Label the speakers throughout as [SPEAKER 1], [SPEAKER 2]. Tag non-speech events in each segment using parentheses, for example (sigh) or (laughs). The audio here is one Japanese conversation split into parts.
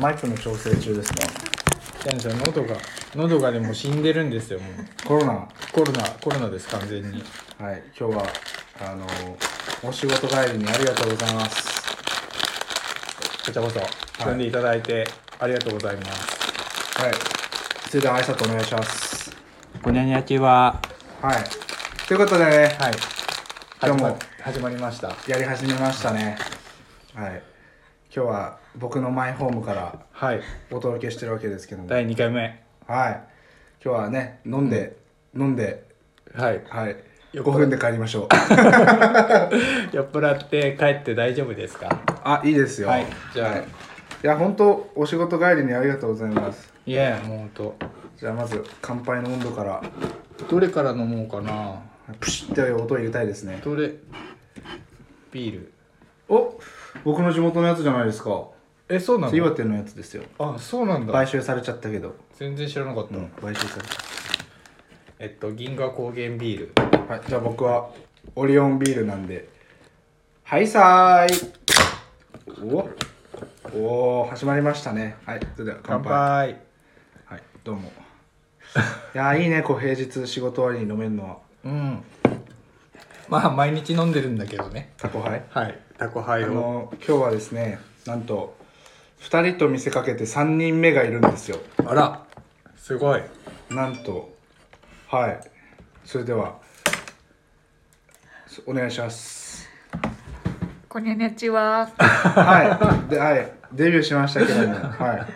[SPEAKER 1] マイクの調整中ですね
[SPEAKER 2] なんですよ喉が喉がでも死んでるんですよもう
[SPEAKER 1] コロナ
[SPEAKER 2] コロナコロナです完全に
[SPEAKER 1] はい今日はあのお仕事帰りにありがとうございます
[SPEAKER 2] こちらこそ組んでいただいてありがとうございます、
[SPEAKER 1] はいそれでは挨拶お願いします
[SPEAKER 3] ごにゃにゃちは
[SPEAKER 1] はいということでね
[SPEAKER 2] はい
[SPEAKER 1] 今日も
[SPEAKER 2] 始まりました
[SPEAKER 1] やり始めましたねはい今日は僕のマイホームから
[SPEAKER 2] はい
[SPEAKER 1] お届けしてるわけですけどもはい
[SPEAKER 2] 第2回目
[SPEAKER 1] 今日はね飲んで、飲んで
[SPEAKER 2] はい
[SPEAKER 1] はい
[SPEAKER 2] 酔
[SPEAKER 1] 5
[SPEAKER 2] っ払っ
[SPEAKER 1] 分で帰りましょう
[SPEAKER 2] 酔っ払って帰って大丈夫ですか
[SPEAKER 1] あいいですよ
[SPEAKER 2] はいじゃあ
[SPEAKER 1] はいいや本当お仕事帰りにありがとうございます
[SPEAKER 2] いやもうほんと
[SPEAKER 1] じゃあまず乾杯の温度から
[SPEAKER 2] どれから飲もうかな
[SPEAKER 1] プシッて音を入れたいですね
[SPEAKER 2] どれビール
[SPEAKER 1] お僕の地元のやつじゃないですか
[SPEAKER 2] えそうな
[SPEAKER 1] 岩手のやつですよ
[SPEAKER 2] あそうなんだ
[SPEAKER 1] 買収されちゃったけど
[SPEAKER 2] 全然知らなかった、
[SPEAKER 1] うん買収されちゃっ
[SPEAKER 2] えっと銀河高原ビール
[SPEAKER 1] たはいじゃあ僕はオリオンビールなんではいさーいおおー始まりましたねはいそれでは乾
[SPEAKER 2] 乾
[SPEAKER 1] 杯
[SPEAKER 2] 杯
[SPEAKER 1] はいどうもいやーいいねこう平日仕事終わりに飲めるのは
[SPEAKER 2] うんまあ毎日飲んでるんだけどね
[SPEAKER 1] タコハイ
[SPEAKER 2] はいタコハイ
[SPEAKER 1] あ
[SPEAKER 2] を
[SPEAKER 1] の今日はですねなんと2人と見せかけて3人目がいるんですよ
[SPEAKER 2] あらすごい
[SPEAKER 1] なんとはいそれではそお願いします
[SPEAKER 4] こんにちは。
[SPEAKER 1] はいで、はい、デビューしましたけどもはい、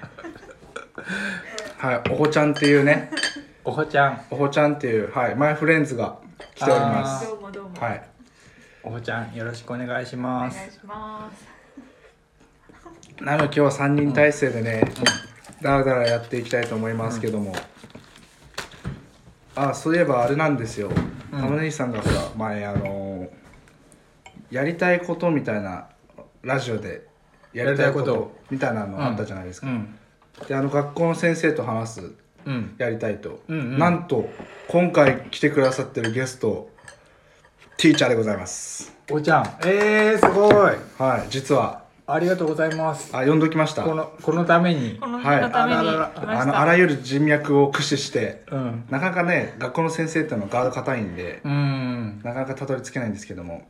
[SPEAKER 1] はい、おほちゃんっていうね
[SPEAKER 2] おほちゃん
[SPEAKER 1] おほちゃんっていう、はい、マイフレンズが来ております
[SPEAKER 4] どうもどうも。
[SPEAKER 1] はい
[SPEAKER 2] おほちゃんよろしくお願いし
[SPEAKER 4] お
[SPEAKER 2] ま
[SPEAKER 4] 願い
[SPEAKER 2] す
[SPEAKER 4] します。
[SPEAKER 1] なので今日は3人体制でね、だらだらやっていきたいと思いますけども、あそういえばあれなんですよ、玉ねぎさんがほら前あのーやりたいことみたいなラジオでやりたいこ
[SPEAKER 2] やりたいこと
[SPEAKER 1] とみたいなのあったじゃないです
[SPEAKER 2] う
[SPEAKER 1] か、
[SPEAKER 2] ん
[SPEAKER 1] であの学校の先生と話す
[SPEAKER 2] うん
[SPEAKER 1] やりたいと、
[SPEAKER 2] うんうん
[SPEAKER 1] なんと今回来てくださってるゲストティーチャーでございます
[SPEAKER 2] おちゃんえー、すごい
[SPEAKER 1] はい実は
[SPEAKER 2] ありがとうございます
[SPEAKER 1] あ呼んどきました
[SPEAKER 2] このこのために
[SPEAKER 4] この日のために
[SPEAKER 2] はいあらら
[SPEAKER 4] 来ま
[SPEAKER 1] あ
[SPEAKER 4] し
[SPEAKER 1] のあら
[SPEAKER 4] た。
[SPEAKER 1] ゆる人脈を駆使して
[SPEAKER 2] うん
[SPEAKER 1] なかなかね学校の先生っていうのはガード硬いんで
[SPEAKER 2] うん
[SPEAKER 1] なかなかたどり着けないんですけども、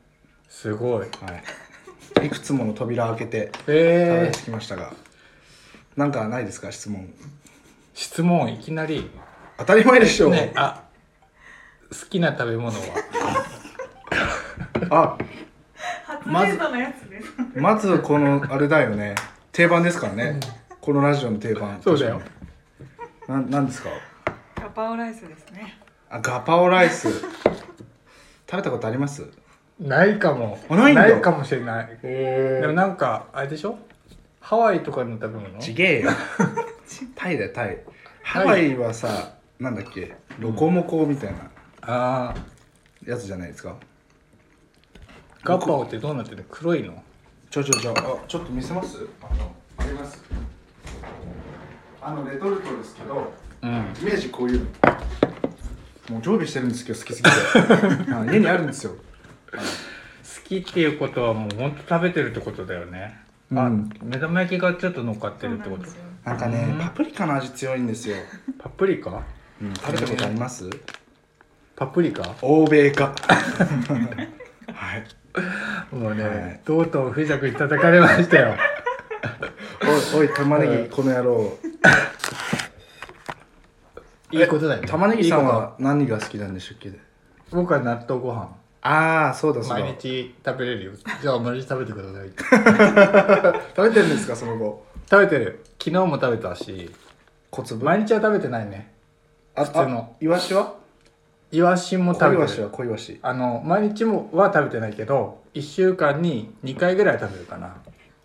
[SPEAKER 2] すごい
[SPEAKER 1] はい、いくつもの扉を開けてたどり
[SPEAKER 2] えー、
[SPEAKER 1] 着きましたが、なんかないですか質問
[SPEAKER 2] 質問いきなり
[SPEAKER 1] 当たり前でしょ、
[SPEAKER 2] ねあ好きな食べ物は
[SPEAKER 1] あ
[SPEAKER 4] 初デートのやつです。
[SPEAKER 1] まずこのあれだよね定番ですからね、このラジオの定番
[SPEAKER 2] (laughs) そうだよ
[SPEAKER 1] ななんですか
[SPEAKER 4] ガパオライスですね。
[SPEAKER 1] あガパオライス食べたことあります
[SPEAKER 2] ないかも
[SPEAKER 1] あないんだ
[SPEAKER 2] かもしれないでもなんかあれでしょハワイとかの食べ物
[SPEAKER 1] ちげえよ (laughs) タイだよタイハワイはさなんだっけロコモコみたいな
[SPEAKER 2] ああ
[SPEAKER 1] やつじゃないですか、
[SPEAKER 2] ガパオってどうなってるの黒いの
[SPEAKER 1] ちょちょちょあちょっと見せますあのありますあのレトルトですけど
[SPEAKER 2] うん
[SPEAKER 1] イメージこういうのもう常備してるんですけど好きすぎ (laughs) てあ家にあるんですよ
[SPEAKER 2] 好きっていうことはもうほんと食べてるってことだよね、
[SPEAKER 1] う
[SPEAKER 2] あ
[SPEAKER 1] ん
[SPEAKER 2] 目玉焼きがちょっと乗っかって
[SPEAKER 4] そう
[SPEAKER 2] るっ
[SPEAKER 4] な
[SPEAKER 2] てこ
[SPEAKER 4] ん
[SPEAKER 2] と
[SPEAKER 4] ですよ。
[SPEAKER 1] なんかねパプリカの味強いんですよ、
[SPEAKER 2] パプリカ
[SPEAKER 1] 食べたことあります
[SPEAKER 2] パプリカ
[SPEAKER 1] 欧米 (laughs) かはい
[SPEAKER 2] もうね、
[SPEAKER 1] はい
[SPEAKER 2] とうとう藤田君に叩かれましたよ
[SPEAKER 1] おいおい玉ねぎこの野郎
[SPEAKER 2] (laughs) いいことだよね
[SPEAKER 1] 玉ねぎさんは何が好きなんでしたっけ
[SPEAKER 2] 僕は納豆ご飯
[SPEAKER 1] ああそうだそうだ
[SPEAKER 2] 毎日食べれるよじゃあ毎日食べてください
[SPEAKER 1] 食べてるんですかその後
[SPEAKER 2] (laughs) 食べてる昨日も食べたし
[SPEAKER 1] 小粒
[SPEAKER 2] 毎日は食べてないね
[SPEAKER 1] あ
[SPEAKER 2] 普通の
[SPEAKER 1] あイワシは
[SPEAKER 2] イワシも
[SPEAKER 1] 小
[SPEAKER 2] 食
[SPEAKER 1] イ
[SPEAKER 2] べ
[SPEAKER 1] ワ
[SPEAKER 2] て
[SPEAKER 1] シ
[SPEAKER 2] る
[SPEAKER 1] は小イワシ
[SPEAKER 2] あの毎日もは食べてないけど1週間に2回ぐらい食べるかな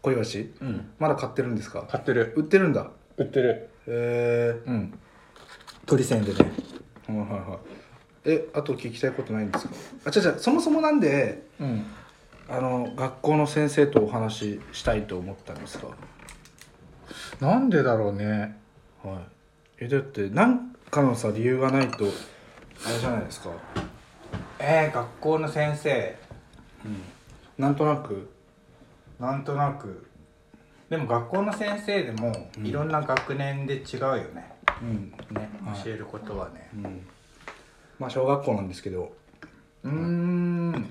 [SPEAKER 1] 小イワシ
[SPEAKER 2] うん
[SPEAKER 1] まだ買ってるんですか
[SPEAKER 2] 買ってる
[SPEAKER 1] 売ってるんだ
[SPEAKER 2] 売ってる
[SPEAKER 1] へえ
[SPEAKER 2] うん鳥せんでね
[SPEAKER 1] はいはいはいえあと聞きたいことないんですかあ違う違うそもそもなんで
[SPEAKER 2] うん
[SPEAKER 1] あの学校の先生とお話ししたいと思ったんですか
[SPEAKER 2] なんでだろうね
[SPEAKER 1] はいえだって何かのさ理由がないとあれじゃないですか
[SPEAKER 2] えー、学校の先生
[SPEAKER 1] なんとなく
[SPEAKER 2] なんとなくでも学校の先生でも
[SPEAKER 1] うん
[SPEAKER 2] いろんな学年で違うよね,、
[SPEAKER 1] うん
[SPEAKER 2] ね
[SPEAKER 1] はい
[SPEAKER 2] 教えることはね
[SPEAKER 1] うんまあ小学校なんですけど
[SPEAKER 2] うーん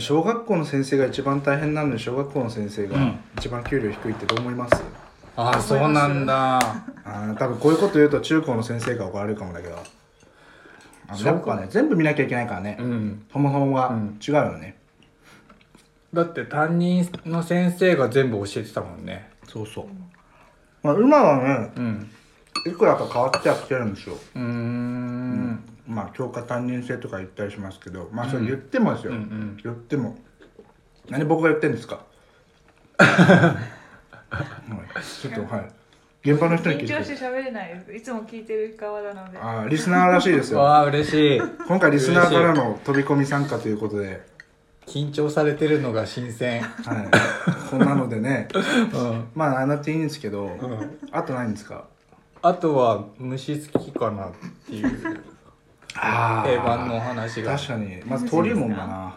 [SPEAKER 1] 小学校の先生が一番大変なのに小学校の先生
[SPEAKER 2] う
[SPEAKER 1] が
[SPEAKER 2] ん
[SPEAKER 1] 一番給料低いってどう思います、
[SPEAKER 2] ああそうなんだ
[SPEAKER 1] あー多分こういうこと言うと中高の先生が怒られるかもだけどあのやっぱね全部見なきゃいけないからね、
[SPEAKER 2] うん
[SPEAKER 1] そもそもが
[SPEAKER 2] うん
[SPEAKER 1] 違うよね、
[SPEAKER 2] だって担任の先生が全部教えてたもんね
[SPEAKER 1] そうそう、まあ、今はね
[SPEAKER 2] うん
[SPEAKER 1] いくらか変わってはきてるんですよ
[SPEAKER 2] うーん
[SPEAKER 1] まあ教科担任制とか言ったりしますけどまあそれ言ってもですよ、
[SPEAKER 2] うんうん
[SPEAKER 1] 言っても何僕が言ってんです
[SPEAKER 2] (laughs)
[SPEAKER 1] かはいちょっとはい現場の人に聞い
[SPEAKER 4] 緊
[SPEAKER 1] てく
[SPEAKER 4] 張
[SPEAKER 1] だ
[SPEAKER 4] し
[SPEAKER 1] さい
[SPEAKER 2] (laughs)
[SPEAKER 4] て喋れないです。いつも聞いてる側なので。
[SPEAKER 1] あーリスナーらしいですよ
[SPEAKER 2] わあ嬉しい
[SPEAKER 1] 今回リスナーからの飛び込み参加ということで、
[SPEAKER 2] 緊張されてるのが新 (laughs) 鮮
[SPEAKER 1] はい、こんなのでね
[SPEAKER 2] うん、
[SPEAKER 1] まああんなっていいんですけど、
[SPEAKER 2] うん、
[SPEAKER 1] あとないんですか
[SPEAKER 2] あとは虫好きかなっていう
[SPEAKER 1] あ
[SPEAKER 2] 定番のお話が
[SPEAKER 1] 確かにまず登竜門だな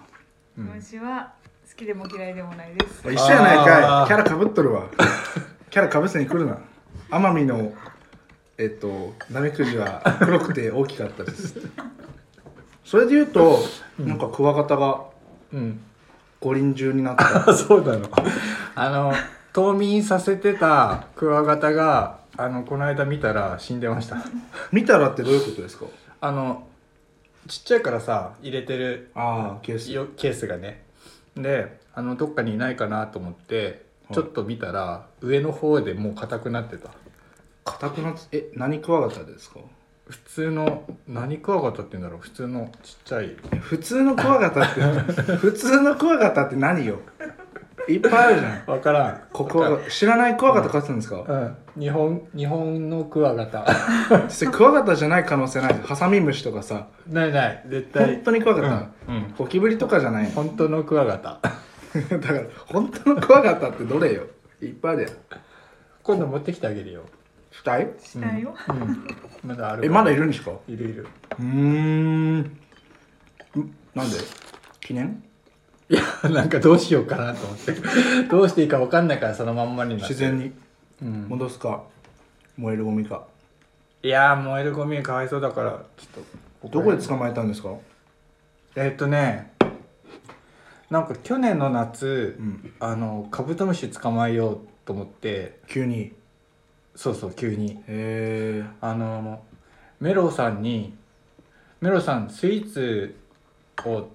[SPEAKER 2] うん
[SPEAKER 4] 虫は好きでも嫌いでもないです。
[SPEAKER 1] 一緒やないかい
[SPEAKER 2] あー
[SPEAKER 1] キャラかぶっとるわキャラかぶせに来るな奄美のえっとナメクジは黒くて大きかったですそれで言うと、なんかクワガタが
[SPEAKER 2] うん
[SPEAKER 1] 五輪中になった
[SPEAKER 2] あ (laughs) そうなのあの冬眠させてたクワガタがあのこの間見たら死んでました
[SPEAKER 1] 見たらってどういうことですか
[SPEAKER 2] あのちっちゃいからさ入れてる
[SPEAKER 1] ああケース
[SPEAKER 2] よケースがねであのどっかにいないかなと思って
[SPEAKER 1] はい
[SPEAKER 2] ちょっと見たら上の方でもう硬くなってた
[SPEAKER 1] 硬くなってえ何クワガタですか
[SPEAKER 2] 普通の何クワガタって言うんだろう普通のちっちゃい
[SPEAKER 1] え普通のクワガタ
[SPEAKER 2] (laughs)
[SPEAKER 1] って普通のクワガタって何よいっぱいあるじゃん
[SPEAKER 2] わからん
[SPEAKER 1] ここ知らないクワガタ飼ってたんですか、
[SPEAKER 2] うん日本日本のクワガタ
[SPEAKER 1] それクワガタじゃない可能性ないハサミムシとかさ
[SPEAKER 2] ないない絶対
[SPEAKER 1] 本当にクワガタ、
[SPEAKER 2] うんうん
[SPEAKER 1] ゴキブリとかじゃないの (laughs)
[SPEAKER 2] 本当のクワガタ
[SPEAKER 1] だから本当のクワガタってどれよいっぱいあるやん
[SPEAKER 2] 今度持ってきてあげるよ
[SPEAKER 1] 死体
[SPEAKER 4] したよ。
[SPEAKER 2] うんまだある
[SPEAKER 1] えまだいるんですかう
[SPEAKER 2] いるいる
[SPEAKER 1] ーんんなんで記念
[SPEAKER 2] いやなんかどうしようかなと思って (laughs) どうしていいか分かんないからそのまんまになって
[SPEAKER 1] 自然に
[SPEAKER 2] うん
[SPEAKER 1] 戻すか、燃えるゴミか
[SPEAKER 2] いやー燃えるゴミかわいそうだからちょっと
[SPEAKER 1] どこで
[SPEAKER 2] 使
[SPEAKER 1] 捕まえたんですか
[SPEAKER 2] えっとねなんか去年の夏、
[SPEAKER 1] うん
[SPEAKER 2] あのカブトムシ捕まえようと思って
[SPEAKER 1] 急に
[SPEAKER 2] そうそう急に
[SPEAKER 1] へえ
[SPEAKER 2] あのメロさんにメロさんスイーツを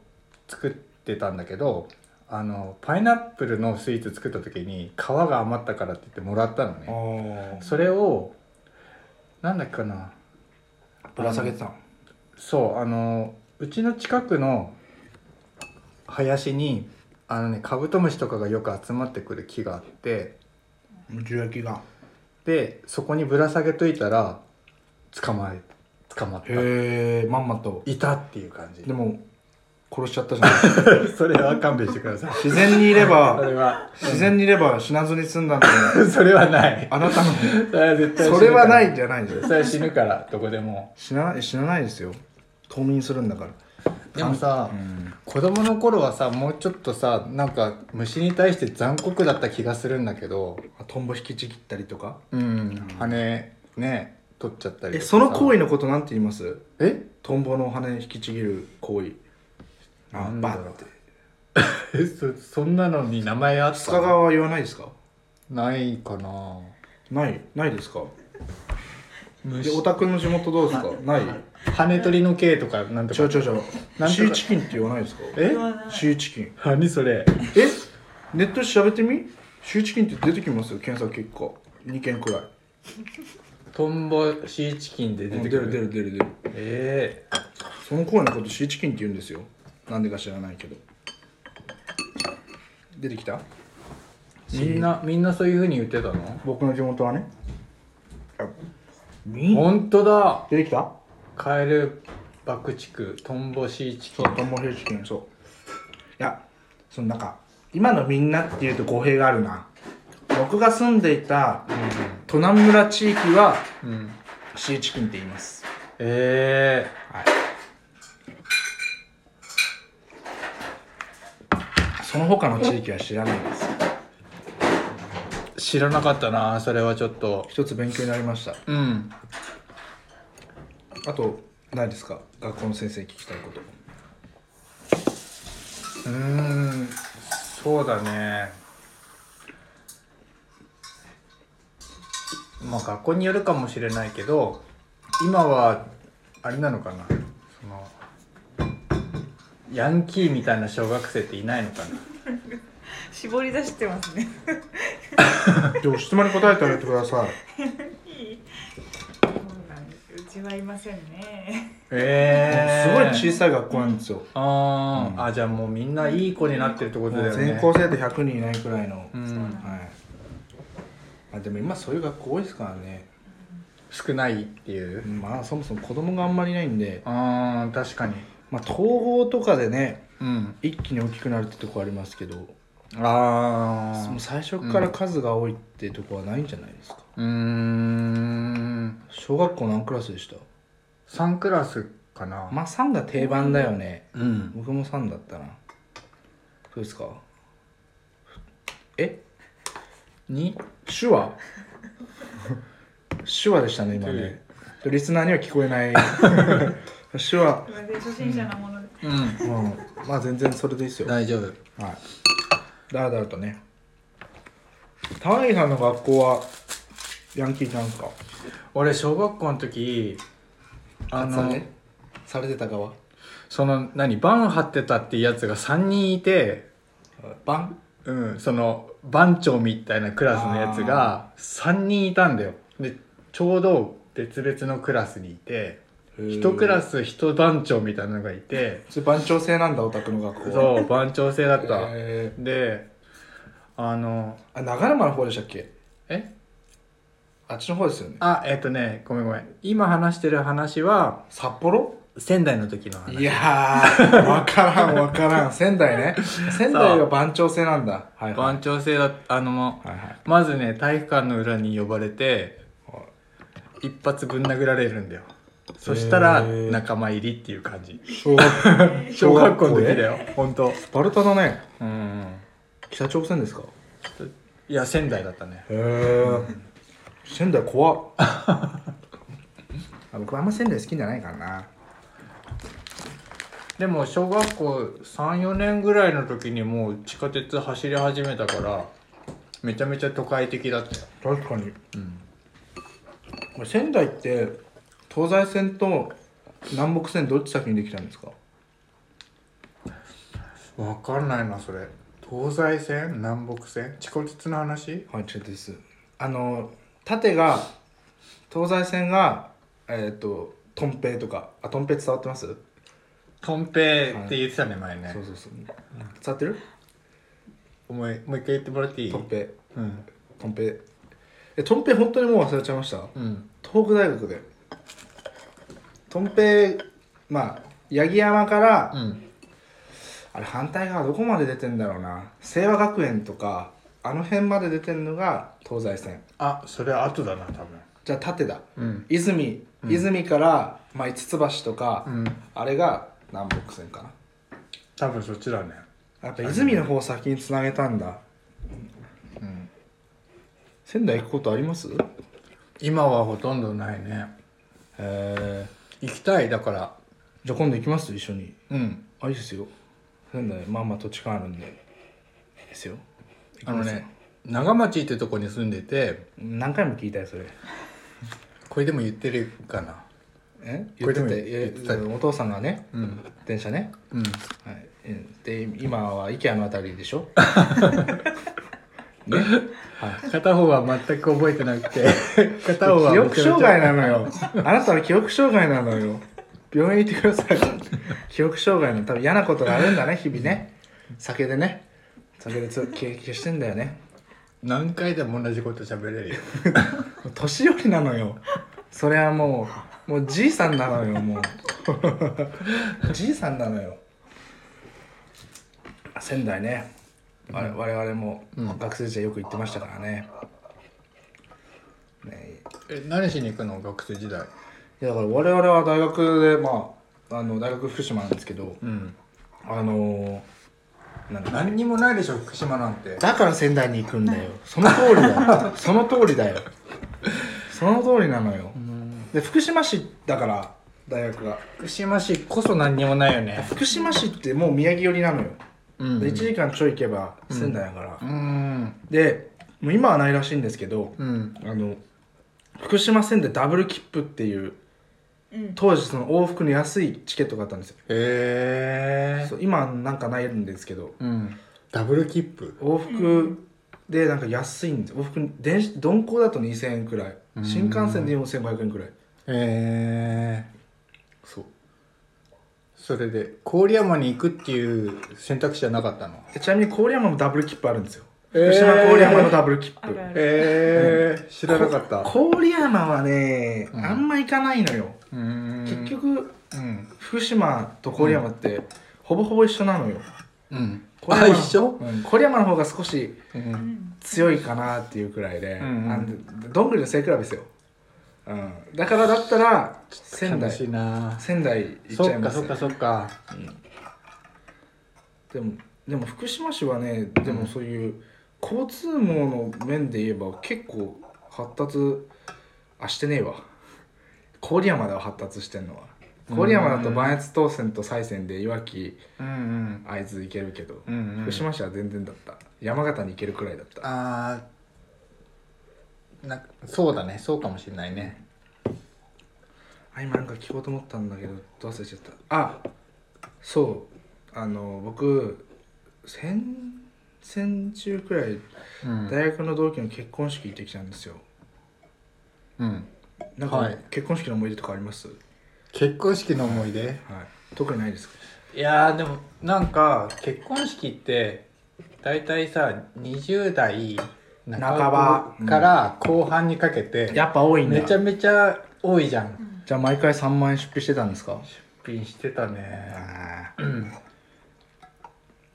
[SPEAKER 2] 作ってたんだけどあのパイナップルのスイーツ作った時に皮が余ったからって言ってもらったのね
[SPEAKER 1] あ
[SPEAKER 2] それをなんだっけかな
[SPEAKER 1] あぶら下げてたん
[SPEAKER 2] そうあのうちの近くの林にあのねカブトムシとかがよく集まってくる木があって
[SPEAKER 1] 重焼きが
[SPEAKER 2] でそこにぶら下げといたら捕まえ捕まった
[SPEAKER 1] へえまんまと
[SPEAKER 2] いたっていう感じ
[SPEAKER 1] でも殺しちゃったじゃん
[SPEAKER 2] (laughs) それは勘弁してください
[SPEAKER 1] (laughs) 自然にいれ (laughs)
[SPEAKER 2] そ
[SPEAKER 1] ば
[SPEAKER 2] れは
[SPEAKER 1] 自然にいれば死なずに済んだんで
[SPEAKER 2] それはない
[SPEAKER 1] (laughs) あな (laughs) たの
[SPEAKER 2] それは絶対死ぬから
[SPEAKER 1] それはないじゃないです
[SPEAKER 2] それは死ぬからどこでも
[SPEAKER 1] 死な死なないですよ冬眠するんだから
[SPEAKER 2] でもさ、
[SPEAKER 1] うん
[SPEAKER 2] 子供の頃はさもうちょっとさなんか虫に対して残酷だった気がするんだけど
[SPEAKER 1] あトンボ引きちぎったりとか
[SPEAKER 2] うん羽ね取っちゃったり
[SPEAKER 1] えその行為
[SPEAKER 2] 為
[SPEAKER 1] のことなんて言います
[SPEAKER 2] え (laughs)
[SPEAKER 1] トンボの羽引きちぎる行為あ
[SPEAKER 2] なんだ
[SPEAKER 1] バ
[SPEAKER 2] ろう
[SPEAKER 1] ッて
[SPEAKER 2] えそそんなのに名前あっ
[SPEAKER 1] 須賀
[SPEAKER 2] た
[SPEAKER 1] 川は言わないですか
[SPEAKER 2] ないかな
[SPEAKER 1] ないないですかで
[SPEAKER 2] 虫
[SPEAKER 1] お宅の地元どうですかない
[SPEAKER 2] 羽取りの系とかなんと
[SPEAKER 1] ちょ
[SPEAKER 2] か
[SPEAKER 1] ちょちょ
[SPEAKER 2] なんとか
[SPEAKER 1] シーチキンって言わないですか
[SPEAKER 2] え
[SPEAKER 4] 言わない
[SPEAKER 1] シーチキン
[SPEAKER 2] 何それ
[SPEAKER 1] えネットで調べてみシーチキンって出てきますよ検索結果2件くらい
[SPEAKER 2] トンボシーチキンで出
[SPEAKER 1] 出
[SPEAKER 2] て
[SPEAKER 1] る
[SPEAKER 2] く
[SPEAKER 1] 出
[SPEAKER 2] る
[SPEAKER 1] る出る出る出る
[SPEAKER 2] ええ
[SPEAKER 1] その声のことシーチキンって言うんですよなんでか知らないけど出てきた
[SPEAKER 2] みんなみんなそういうふうに言ってたの
[SPEAKER 1] 僕の地元はねあ
[SPEAKER 2] 本当だ
[SPEAKER 1] 出てきた
[SPEAKER 2] カエル爆竹トンボシーチキ
[SPEAKER 1] そうト
[SPEAKER 2] ン
[SPEAKER 1] ンボシーチキンそういやそのなんか今のみんなっていうと語弊があるな僕が住んでいた都南村地域は
[SPEAKER 2] うん、うん、
[SPEAKER 1] シーチキンって言います
[SPEAKER 2] ええ
[SPEAKER 1] その他の地域は知らないです
[SPEAKER 2] 知らなかったなそれはちょっと
[SPEAKER 1] 一つ勉強になりました
[SPEAKER 2] うん
[SPEAKER 1] あと何ですか学校の先生に聞きたいこと
[SPEAKER 2] うーんそうだねまあ学校によるかもしれないけど今はあれなのかなそのヤンキーみたいな小学生っていないのかな
[SPEAKER 4] 絞り出してますね
[SPEAKER 1] でも質問に答えてあげてください
[SPEAKER 4] いいそうなんですうちはいませんね
[SPEAKER 2] ええー、
[SPEAKER 1] すごい小さい学校なんですよ、
[SPEAKER 2] あー、
[SPEAKER 1] うん
[SPEAKER 2] あじゃあもうみんないい子になってるってことだ
[SPEAKER 1] もう
[SPEAKER 2] よね
[SPEAKER 1] 全校生徒100人いないくらいの、
[SPEAKER 2] う
[SPEAKER 4] そうなん
[SPEAKER 2] ん
[SPEAKER 4] だ
[SPEAKER 1] はいあでも今そういう学校多いですからね
[SPEAKER 2] 少ないっていう
[SPEAKER 1] まあそもそも子供があんまりいないんで、
[SPEAKER 2] あー確かに
[SPEAKER 1] まあ、統合とかでね
[SPEAKER 2] うん
[SPEAKER 1] 一気に大きくなるってとこありますけど
[SPEAKER 2] あ
[SPEAKER 1] もう最初から数が多いってとこはないんじゃないですか、
[SPEAKER 2] うーん
[SPEAKER 1] 小学校何クラスでした
[SPEAKER 2] 3クラスかな、
[SPEAKER 1] まあ3が定番だよね、
[SPEAKER 2] うん
[SPEAKER 1] 僕も3だったなそうですかえ
[SPEAKER 2] に
[SPEAKER 1] 手 (laughs) 話手話でしたね今ねリスナーには聞こえない (laughs) 手話
[SPEAKER 4] すいません初心者なもので、
[SPEAKER 2] うん
[SPEAKER 1] うんまあ全然それでいいですよは
[SPEAKER 2] 大丈夫
[SPEAKER 1] いだらだらとね玉木さんの学校はヤンキーちゃんですか
[SPEAKER 2] 俺小学校の時あの
[SPEAKER 1] されされてた側
[SPEAKER 2] その何バン張ってたっていうやつが3人いて
[SPEAKER 1] バン
[SPEAKER 2] うんその番長みたいなクラスのやつが3人いたんだよでちょうど別々のクラスにいて1クラ
[SPEAKER 1] ス
[SPEAKER 2] ス1番長みたいなのがいて
[SPEAKER 1] 番長制なんだお宅の学校う
[SPEAKER 2] そう番長制だった、
[SPEAKER 1] え
[SPEAKER 2] であの
[SPEAKER 1] ー、あ長山の方でしたっけ
[SPEAKER 2] え
[SPEAKER 1] あっちの方ですよね
[SPEAKER 2] あえっ、とねごめんごめん今話してる話は
[SPEAKER 1] 札幌
[SPEAKER 2] 仙台の時の話
[SPEAKER 1] いやー分からん分からん仙台ね仙台が番長制なんだはいはい
[SPEAKER 2] 番長制だあの
[SPEAKER 1] はいはい
[SPEAKER 2] まずね体育館の裏に呼ばれて一発ぶん殴られるんだよそしたら
[SPEAKER 1] へー
[SPEAKER 2] 仲間入りっていう感じ
[SPEAKER 1] 小学
[SPEAKER 2] 小学校の時だ
[SPEAKER 1] よ
[SPEAKER 2] よ本当
[SPEAKER 1] スパルタだね
[SPEAKER 2] うん
[SPEAKER 1] 北朝鮮ですか
[SPEAKER 2] いや仙台だったね
[SPEAKER 1] へえ仙台怖
[SPEAKER 2] (laughs)
[SPEAKER 1] っあ僕あんま仙台好きじゃないからな
[SPEAKER 2] でも小学校34年ぐらいの時にもう地下鉄走り始めたからめちゃめちゃ都会的だったよ、
[SPEAKER 1] 確かに
[SPEAKER 2] うん、
[SPEAKER 1] これ仙台って東西線と南北線どっち先にできたんですか
[SPEAKER 2] わかんないなそれ東西線南北線地下鉄の話
[SPEAKER 1] はい違うですあの縦が東西線がえっ、とトンペイとかあトンペイ伝わってます、
[SPEAKER 2] トンペイって言ってたね前ね
[SPEAKER 1] そうそうそう伝わってる
[SPEAKER 2] もうもう一回言ってもらっていい
[SPEAKER 1] トンペイ
[SPEAKER 2] うん
[SPEAKER 1] トンペイえトンペイ本当にもう忘れちゃいました
[SPEAKER 2] うん
[SPEAKER 1] 東北大学でトンペイまあ八木山から、
[SPEAKER 2] うん
[SPEAKER 1] あれ反対側どこまで出てんだろうな清和学園とかあの辺まで出てんのが東西線
[SPEAKER 2] あそれ後だな多分
[SPEAKER 1] じゃあ縦だ
[SPEAKER 2] うん
[SPEAKER 1] 泉、
[SPEAKER 2] うん
[SPEAKER 1] 泉から、まあ、五つ橋とか、
[SPEAKER 2] うん
[SPEAKER 1] あれが南北線かな
[SPEAKER 2] 多分そっちだね
[SPEAKER 1] やっぱ泉の方を先につなげたんだ
[SPEAKER 2] うん
[SPEAKER 1] 仙台行くことありますへ
[SPEAKER 2] 今はほとんどないね
[SPEAKER 1] え
[SPEAKER 2] 行きたいだから
[SPEAKER 1] じゃあ今度行きます一緒に
[SPEAKER 2] うん
[SPEAKER 1] あいいですよ仙台まあまあ土地勘あるんでいいですよ
[SPEAKER 2] あのね長町ってとこに住んでて
[SPEAKER 1] 何回も聞いたよそれ
[SPEAKER 2] これでも言ってるかな
[SPEAKER 1] え言
[SPEAKER 2] これ
[SPEAKER 1] って
[SPEAKER 2] でも
[SPEAKER 1] たいや
[SPEAKER 2] 言ってた
[SPEAKER 1] お父さんがね
[SPEAKER 2] うん
[SPEAKER 1] 電車ね
[SPEAKER 2] うん
[SPEAKER 1] はい、で今は IKEA のあたりでしょね、はい
[SPEAKER 2] 片方は全く覚えてなくて (laughs) 片方は
[SPEAKER 1] 記
[SPEAKER 2] めちゃめ
[SPEAKER 1] 憶
[SPEAKER 2] ちゃ
[SPEAKER 1] 障害なのよあなたは記憶障害なのよ病院行ってください記憶障害の多分嫌なことがあるんだね日々ね酒でね酒でつ消消してんだよね
[SPEAKER 2] 何回でも同じこと喋れるよ
[SPEAKER 1] 年寄りなのよそれはもうもうじいさんなのよもうじいさんなのよ仙台ね我我々も
[SPEAKER 2] うん
[SPEAKER 1] 学生時代よく行ってましたからね,、ね
[SPEAKER 2] え何しに行くの学生時代
[SPEAKER 1] いやだから我々は大学でまああの大学福島なんですけど
[SPEAKER 2] うん
[SPEAKER 1] あのーなんだ
[SPEAKER 2] 何にもないでしょ福島なんて
[SPEAKER 1] だから仙台に行くんだよその通りだよその通りだよその通りなのよで福島市だから大学が
[SPEAKER 2] 福島市こそ何にもないよね
[SPEAKER 1] 福島市ってもう宮城寄りなのよ、
[SPEAKER 2] うん
[SPEAKER 1] で1時間ちょい行けば仙台だから、
[SPEAKER 2] うん
[SPEAKER 1] でもう今はないらしいんですけど
[SPEAKER 2] うん
[SPEAKER 1] あの福島線でダブル切符っていう
[SPEAKER 4] うん
[SPEAKER 1] 当時その往復の安いチケットがあったんですよ、
[SPEAKER 2] へえ
[SPEAKER 1] そう今なんかないんですけど
[SPEAKER 2] うんダブル切符
[SPEAKER 1] 往復でなんか安いんです往復電子鈍行だと2000円くらい
[SPEAKER 2] うん
[SPEAKER 1] 新幹線で4500円くらい
[SPEAKER 2] へえ
[SPEAKER 1] そう
[SPEAKER 2] それで郡山に行くっていう選択肢はなかったの
[SPEAKER 1] えちなみに郡山もダブル切符あるんですよ、
[SPEAKER 2] えー
[SPEAKER 1] 福島郡山のダブル切符
[SPEAKER 4] あるある
[SPEAKER 2] ええ知らなかった
[SPEAKER 1] 郡山はね、
[SPEAKER 2] うん
[SPEAKER 1] あんま行かないのよ、
[SPEAKER 2] 結
[SPEAKER 1] 結局
[SPEAKER 2] うん
[SPEAKER 1] 福島と郡山って、ほぼほぼ一緒なのよ
[SPEAKER 2] うん
[SPEAKER 1] 郡
[SPEAKER 2] あ
[SPEAKER 1] 山の
[SPEAKER 2] 一緒
[SPEAKER 1] うん郡山の方が少し
[SPEAKER 2] う
[SPEAKER 4] うんん
[SPEAKER 1] 強いかなっていうくらいで、
[SPEAKER 2] うんうん
[SPEAKER 1] あんどんぐりの背比べですよ、うん、だからだったら仙
[SPEAKER 2] 楽し
[SPEAKER 1] 台
[SPEAKER 2] いな
[SPEAKER 1] 仙台行っち
[SPEAKER 2] そ
[SPEAKER 1] ゃい
[SPEAKER 2] っ
[SPEAKER 1] ま
[SPEAKER 2] か
[SPEAKER 1] す
[SPEAKER 2] そっかそっか
[SPEAKER 1] でもでも福島市はねでもそういう交通網の面で言えば結構発達あしてねえわ郡山では発達してんのは郡山だと磐越東線と西線でいわき
[SPEAKER 2] うん
[SPEAKER 1] 会津行けるけど、
[SPEAKER 2] うんうんうん
[SPEAKER 1] 福島市は全然だった山形に行けるくらいだった
[SPEAKER 2] あーなんかそうだねそうかもしれないね
[SPEAKER 1] あ今なんか聞こうと思ったんだけど忘れちゃったあそうあの僕先先週くらい
[SPEAKER 2] うん
[SPEAKER 1] 大学の同期の結婚式行ってきたんですよ
[SPEAKER 2] うん
[SPEAKER 1] なんか、
[SPEAKER 2] はい
[SPEAKER 1] 結婚式の思い出とかありますは
[SPEAKER 2] 結婚式の思い出
[SPEAKER 1] い特にないですか
[SPEAKER 2] いやーでもなんか結婚式って大体さ20代半ば
[SPEAKER 1] 半ば
[SPEAKER 2] から後半にかけて
[SPEAKER 1] やっぱ多いんだ
[SPEAKER 2] めちゃめちゃ多いじゃん
[SPEAKER 1] じゃあ毎回3万円出費してたんですか
[SPEAKER 2] 出品してたね
[SPEAKER 1] ああ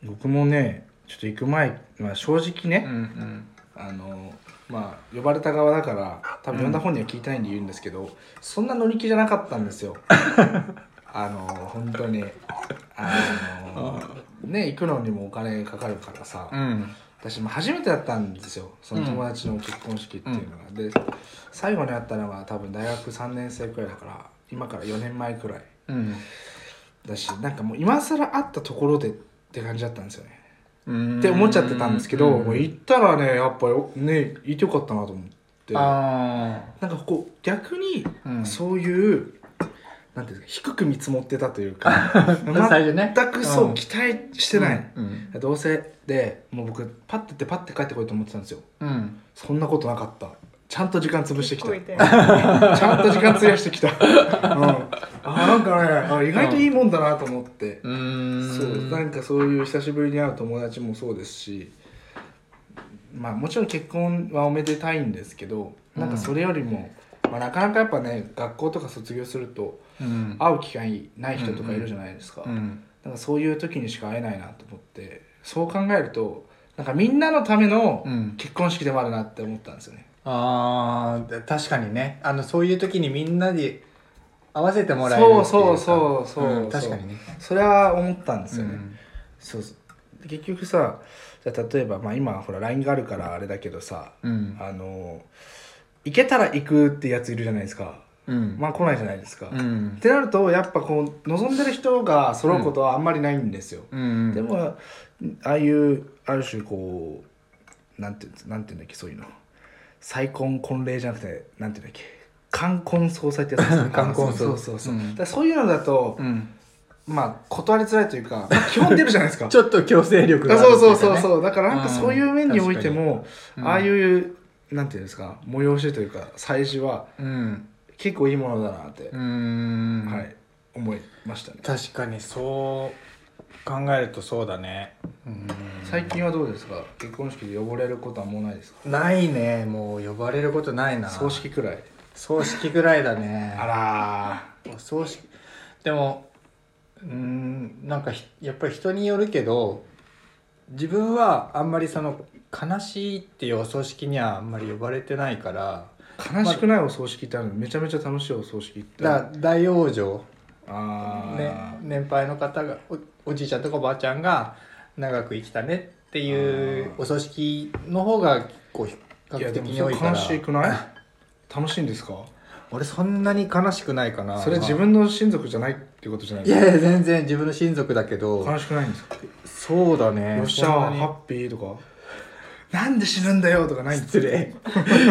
[SPEAKER 1] 僕もねちょっと行く前、まあ、正直
[SPEAKER 2] うんう
[SPEAKER 1] ね、
[SPEAKER 2] ん
[SPEAKER 1] あのまあ呼ばれた側だから多分呼んだ本には聞いたいんで言うんですけど、そんな乗り気じゃなかったんです (laughs) よあの本当にあのね行くのにもお金かかるからさ、
[SPEAKER 2] うん
[SPEAKER 1] 私も初めてだったんですよその友達の結婚式っていうのが、で最後に会ったのは多分大学3年生くらいだから今から4年前くらい
[SPEAKER 2] うん
[SPEAKER 1] だしなんかもう今更会ったところでって感じだったんですよね
[SPEAKER 2] うん
[SPEAKER 1] って思っちゃってたんですけど、
[SPEAKER 2] う
[SPEAKER 1] もう行ったらねやっぱよねいてよかったなと思ってな
[SPEAKER 2] あ
[SPEAKER 1] んかこう逆に
[SPEAKER 2] あ、うん、
[SPEAKER 1] そういう、なんていうんですか低く見積もってたというか
[SPEAKER 2] (laughs) 最初ね
[SPEAKER 1] 全くそう、
[SPEAKER 2] うん
[SPEAKER 1] 期待してない、
[SPEAKER 2] うん
[SPEAKER 1] どうせでもう僕パッて行ってパッて帰ってこいと思ってたんですよ
[SPEAKER 2] うん
[SPEAKER 1] そんなことなかった。ちゃんと時間潰してきた。
[SPEAKER 4] 結構
[SPEAKER 1] ち
[SPEAKER 4] いたよ
[SPEAKER 1] ゃんと時間費やしてき
[SPEAKER 2] (laughs)
[SPEAKER 1] た。うん、あなんかねあ、意外といいもんだなと思って。
[SPEAKER 2] うー
[SPEAKER 1] そ
[SPEAKER 2] ん
[SPEAKER 1] うなんかそういう久しぶりに会う友達もそうですし、まあもちろん結婚はおめでたいんですけど、なんかそれよりも、まあ、なかなかやっぱね学校とか卒業すると
[SPEAKER 2] うん
[SPEAKER 1] 会う機会ない人とかいるじゃないですか。
[SPEAKER 2] うん
[SPEAKER 1] なんかそういう時にしか会えないなと思って、そう考えるとなんかみんなのための
[SPEAKER 2] うん
[SPEAKER 1] 結婚式でもあるなって思ったんですよね。
[SPEAKER 2] あーで確かにねあのそういう時にみんなで合わせてもらえるってい
[SPEAKER 1] そうう
[SPEAKER 2] か
[SPEAKER 1] そうそうそう、
[SPEAKER 2] ん確かにね
[SPEAKER 1] それは思ったんです
[SPEAKER 2] う
[SPEAKER 1] よね、
[SPEAKER 2] ん
[SPEAKER 1] そうそう結局さじゃあ例えば、まあ、今ほら LINE があるからあれだけどさ
[SPEAKER 2] うん
[SPEAKER 1] あの行けたら行くってやついるじゃないですか
[SPEAKER 2] うん
[SPEAKER 1] まあ来ないじゃないですか、
[SPEAKER 2] う
[SPEAKER 1] っ
[SPEAKER 2] ん
[SPEAKER 1] てなるとやっぱこう望んでる人が揃うことはあんまりないんですよ、
[SPEAKER 2] うん
[SPEAKER 1] でもああいうある種こうなんていうんですなんていうんだっけそういうの再婚婚礼じゃなくてなんていうんだっけ冠婚葬祭ってやつですね
[SPEAKER 2] (laughs) 冠婚葬
[SPEAKER 1] そうそうそう、
[SPEAKER 2] うん
[SPEAKER 1] だからそういうのだと
[SPEAKER 2] う、ん
[SPEAKER 1] まあ断りづらいというか、まあ基本出るじゃないですか
[SPEAKER 2] ちょっと強制力が
[SPEAKER 1] あ
[SPEAKER 2] あるって
[SPEAKER 1] そ
[SPEAKER 2] いうかね
[SPEAKER 1] そうそうそうだからなんかそういう面においても、
[SPEAKER 2] うん確かに
[SPEAKER 1] ああいうなんていうんですか催しというか祭事は
[SPEAKER 2] うん
[SPEAKER 1] 結構いいものだなって、
[SPEAKER 2] うん
[SPEAKER 1] はい思いましたね
[SPEAKER 2] 確かにそう考えるとそうだねうん
[SPEAKER 1] 最近はどうですか結婚式で汚れることはもうないですか
[SPEAKER 2] ないねもう呼ばれることないな
[SPEAKER 1] 葬式くらい
[SPEAKER 2] 葬式ぐらいだね
[SPEAKER 1] あら
[SPEAKER 2] お葬式でもうーんなんかひやっぱり人によるけど自分はあんまりその悲しいっていうお葬式にはあんまり呼ばれてないから
[SPEAKER 1] 悲しくないお葬式ってあるのめちゃめちゃ楽しいお葬式って
[SPEAKER 2] だ
[SPEAKER 1] あ
[SPEAKER 2] 大往生、
[SPEAKER 1] あー、
[SPEAKER 2] ね、年配の方がおおじいちゃんとかおばあちゃんが長く生きたねっていう
[SPEAKER 1] あー
[SPEAKER 2] お葬式の方がこう比
[SPEAKER 1] いやで
[SPEAKER 2] 較的
[SPEAKER 1] も
[SPEAKER 2] に
[SPEAKER 1] そ
[SPEAKER 2] 多
[SPEAKER 1] れ
[SPEAKER 2] いから
[SPEAKER 1] 悲しくない楽しいんですか
[SPEAKER 2] 俺そんなに悲しくないかな
[SPEAKER 1] それ自分の親族じゃないってことじゃない
[SPEAKER 2] いやいや全然自分の親族だけど
[SPEAKER 1] 悲しくないんですか
[SPEAKER 2] そうだね
[SPEAKER 1] よっしゃ
[SPEAKER 2] そ
[SPEAKER 1] ハ
[SPEAKER 2] んなに
[SPEAKER 1] ッピーとかなんで死ぬんだよとかないんです
[SPEAKER 2] 失礼
[SPEAKER 1] (laughs)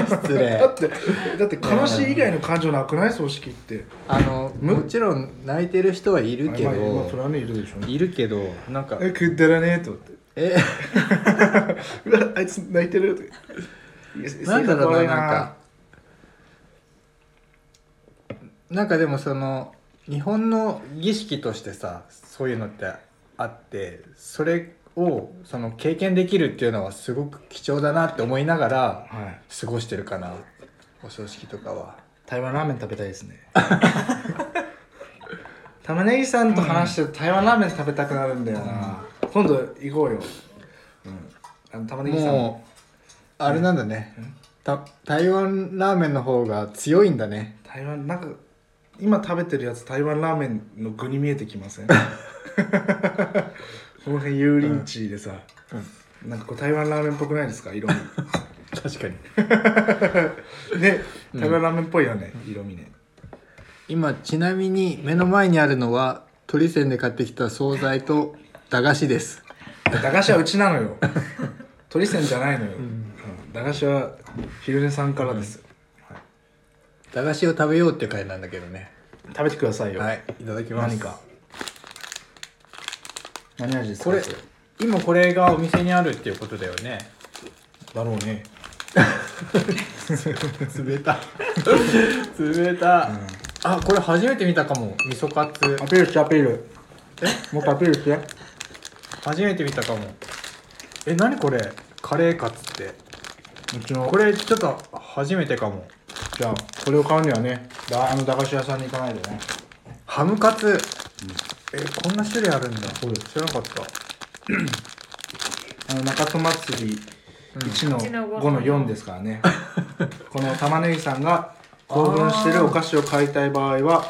[SPEAKER 2] 失
[SPEAKER 1] だ
[SPEAKER 2] 礼
[SPEAKER 1] ってだって悲しい以外の感情なくない葬式って
[SPEAKER 2] あの
[SPEAKER 1] む
[SPEAKER 2] もちろん泣いてる人はいるけ
[SPEAKER 1] まあまあまあそれ
[SPEAKER 2] ど
[SPEAKER 1] はねいるでしょうね
[SPEAKER 2] いるけどなんか
[SPEAKER 1] えくだらねえと思って
[SPEAKER 2] え
[SPEAKER 1] (laughs) うわあいつ泣いてるとかいや
[SPEAKER 2] (laughs) なんだ
[SPEAKER 1] 性
[SPEAKER 2] ろう
[SPEAKER 1] 格悪
[SPEAKER 2] ないなんかなんかでもその日本の儀式としてさそういうのってあってそれをその経験できるっていうのはすごく貴重だなって思いながら
[SPEAKER 1] はい
[SPEAKER 2] 過ごしてるかなお葬式とかは
[SPEAKER 1] 台湾ラーメン食べたいですね (laughs) 玉ねぎさんと話してると台湾ラーメン食べたくなるんだよな、今度行こうよ、うん、あの玉ねぎさん
[SPEAKER 2] もうあれなんだねた台湾ラーメンの方が強いんだね
[SPEAKER 1] 台湾なんか今食べてるやつ台湾ラーメンの具に見えてきませ (laughs) んこの辺油淋鶏でさ、なんかこう台湾ラーメンっぽくないですか色味 (laughs)
[SPEAKER 2] 確かに
[SPEAKER 1] ね台湾ラーメンっぽいよね、色味ね
[SPEAKER 2] 今ちなみに目の前にあるのは鳥鮮で買ってきた惣菜と駄菓子です
[SPEAKER 1] 駄菓子はうちなのよ鳥せんじゃないのよ、うん駄菓子は昼寝さんからです、
[SPEAKER 2] 駄菓子を食べようっていう回なんだけどね
[SPEAKER 1] 食べてくださいよ、
[SPEAKER 2] はいいただきま
[SPEAKER 1] 何
[SPEAKER 2] す
[SPEAKER 1] か何味ですか
[SPEAKER 2] これ
[SPEAKER 1] そ
[SPEAKER 2] 今これがお店にあるっていうことだよ
[SPEAKER 1] (laughs)
[SPEAKER 2] ね
[SPEAKER 1] だろうね
[SPEAKER 2] 冷た (laughs) 冷た、あこれ初めて見たかも味噌カツ
[SPEAKER 1] アピールしてアピールえもっとアピールして
[SPEAKER 2] 初めて見たかもえ何これカレーカツって
[SPEAKER 1] うちの
[SPEAKER 2] これちょっと初めてかも
[SPEAKER 1] じゃあこれを買うにはねだあの駄菓子屋さんに行かないでね
[SPEAKER 2] ハムカツ、えこんな種類あるんだ
[SPEAKER 1] うです
[SPEAKER 2] 知らなかった
[SPEAKER 1] あの中戸祭り1の
[SPEAKER 4] 一の五の
[SPEAKER 1] 5の4ですから
[SPEAKER 2] (laughs)
[SPEAKER 1] ねこの玉ねぎさんが興奮してるお菓子を買いたい場合は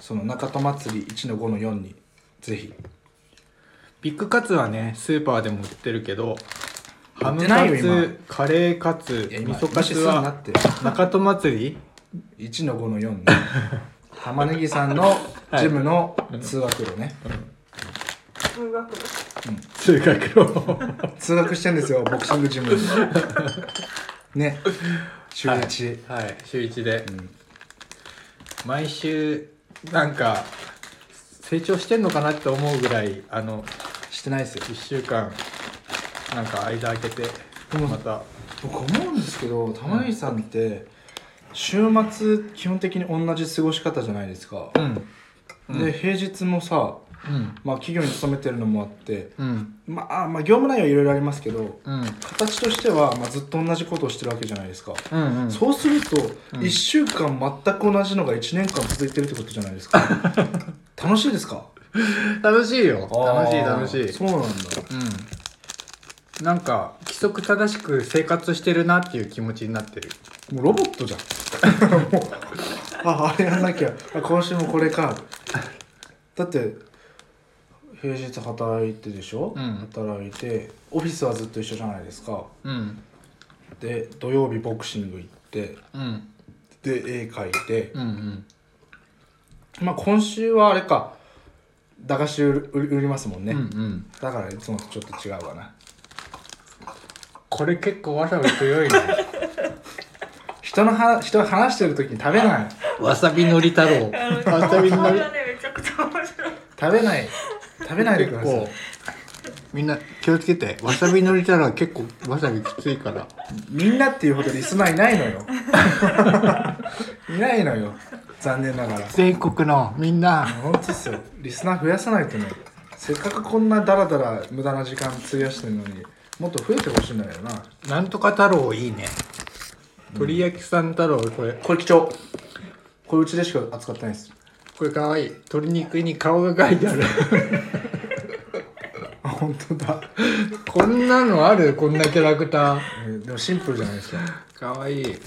[SPEAKER 1] その中戸祭り1の5の4にぜひ
[SPEAKER 2] ビッグカツはねスーパーでも売ってるけどハム
[SPEAKER 1] な
[SPEAKER 2] カ
[SPEAKER 1] いよ今
[SPEAKER 2] ツカレーカツ
[SPEAKER 1] いや
[SPEAKER 2] 味
[SPEAKER 1] 今
[SPEAKER 2] 噌カツ
[SPEAKER 1] 無視すんなっ
[SPEAKER 2] は
[SPEAKER 1] て
[SPEAKER 2] 中戸祭り
[SPEAKER 1] 1の5の4ね
[SPEAKER 2] (laughs)
[SPEAKER 1] 玉ねぎさんのジムの通学路ね、
[SPEAKER 4] 通学部
[SPEAKER 2] 通学路
[SPEAKER 1] 通学してんですよボクシングジムにね週一、
[SPEAKER 2] (laughs) はい週一で、
[SPEAKER 1] ん
[SPEAKER 2] 毎週なんか成長してんのかなって思うぐらいあの
[SPEAKER 1] してないですよ
[SPEAKER 2] 1週間なんか間空けて
[SPEAKER 1] うん
[SPEAKER 2] また
[SPEAKER 1] 僕思うんですけど玉ねぎさんって週末基本的に同じ過ごし方じゃないですか、
[SPEAKER 2] うんうん
[SPEAKER 1] で平日もさ、
[SPEAKER 2] うん
[SPEAKER 1] まあ、企業に勤めてるのもあって、
[SPEAKER 2] うん
[SPEAKER 1] まあ、あまあ業務内容いろいろありますけど
[SPEAKER 2] うん
[SPEAKER 1] 形としては、まあ、ずっと同じことをしてるわけじゃないですか、
[SPEAKER 2] うんうん
[SPEAKER 1] そうすると、
[SPEAKER 2] うん
[SPEAKER 1] 1週間全く同じのが1年間続いてるってことじゃない
[SPEAKER 2] (laughs)
[SPEAKER 1] ですか楽しいですか
[SPEAKER 2] 楽しいよ楽しい楽しい
[SPEAKER 1] そうなんだ
[SPEAKER 2] うん、なんか規則正しく生活してるなっていう気持ちになってる
[SPEAKER 1] もうロボットじゃんもう (laughs) ああれやんなきゃあ今週もこれかだって平日働いてでしょ、
[SPEAKER 2] うん
[SPEAKER 1] 働いてオフィスはずっと一緒じゃないですか
[SPEAKER 2] うん
[SPEAKER 1] で土曜日ボクシング行って
[SPEAKER 2] うん
[SPEAKER 1] で絵描いて、
[SPEAKER 2] うんうん
[SPEAKER 1] まあ今週はあれか駄菓子売る売り売りますもんね、
[SPEAKER 2] うんうん
[SPEAKER 1] だからいつもとちょっと違うわな
[SPEAKER 2] これ結構わさび強いね
[SPEAKER 1] 人のは人が話してる時に食べない
[SPEAKER 2] わさびのり太郎
[SPEAKER 4] あの
[SPEAKER 2] わさびの
[SPEAKER 4] 顔
[SPEAKER 2] り
[SPEAKER 4] がねめちゃくちゃ面白い
[SPEAKER 1] 食べない食べないでください
[SPEAKER 2] (laughs) みんな気をつけてわさびのり太郎は結構わさびきついから
[SPEAKER 1] みんなっていうほどリスナーいないのよいないのよ残念ながら
[SPEAKER 2] 全国のみんな
[SPEAKER 1] 本当っすよリスナー増やさないとねせっかくこんなダラダラ無駄な時間費やしてるのにもっと増えてほしいんだよな
[SPEAKER 2] なんとか太郎いいね鳥焼きさん太郎これ
[SPEAKER 1] これ貴重これうちでしか扱ってないです
[SPEAKER 2] これかわいい鶏肉に顔が描いて (laughs) ある
[SPEAKER 1] あ本当だ、
[SPEAKER 2] こんなのあるこんなキャラクター
[SPEAKER 1] えーでもシンプルじゃないですか
[SPEAKER 2] かわいい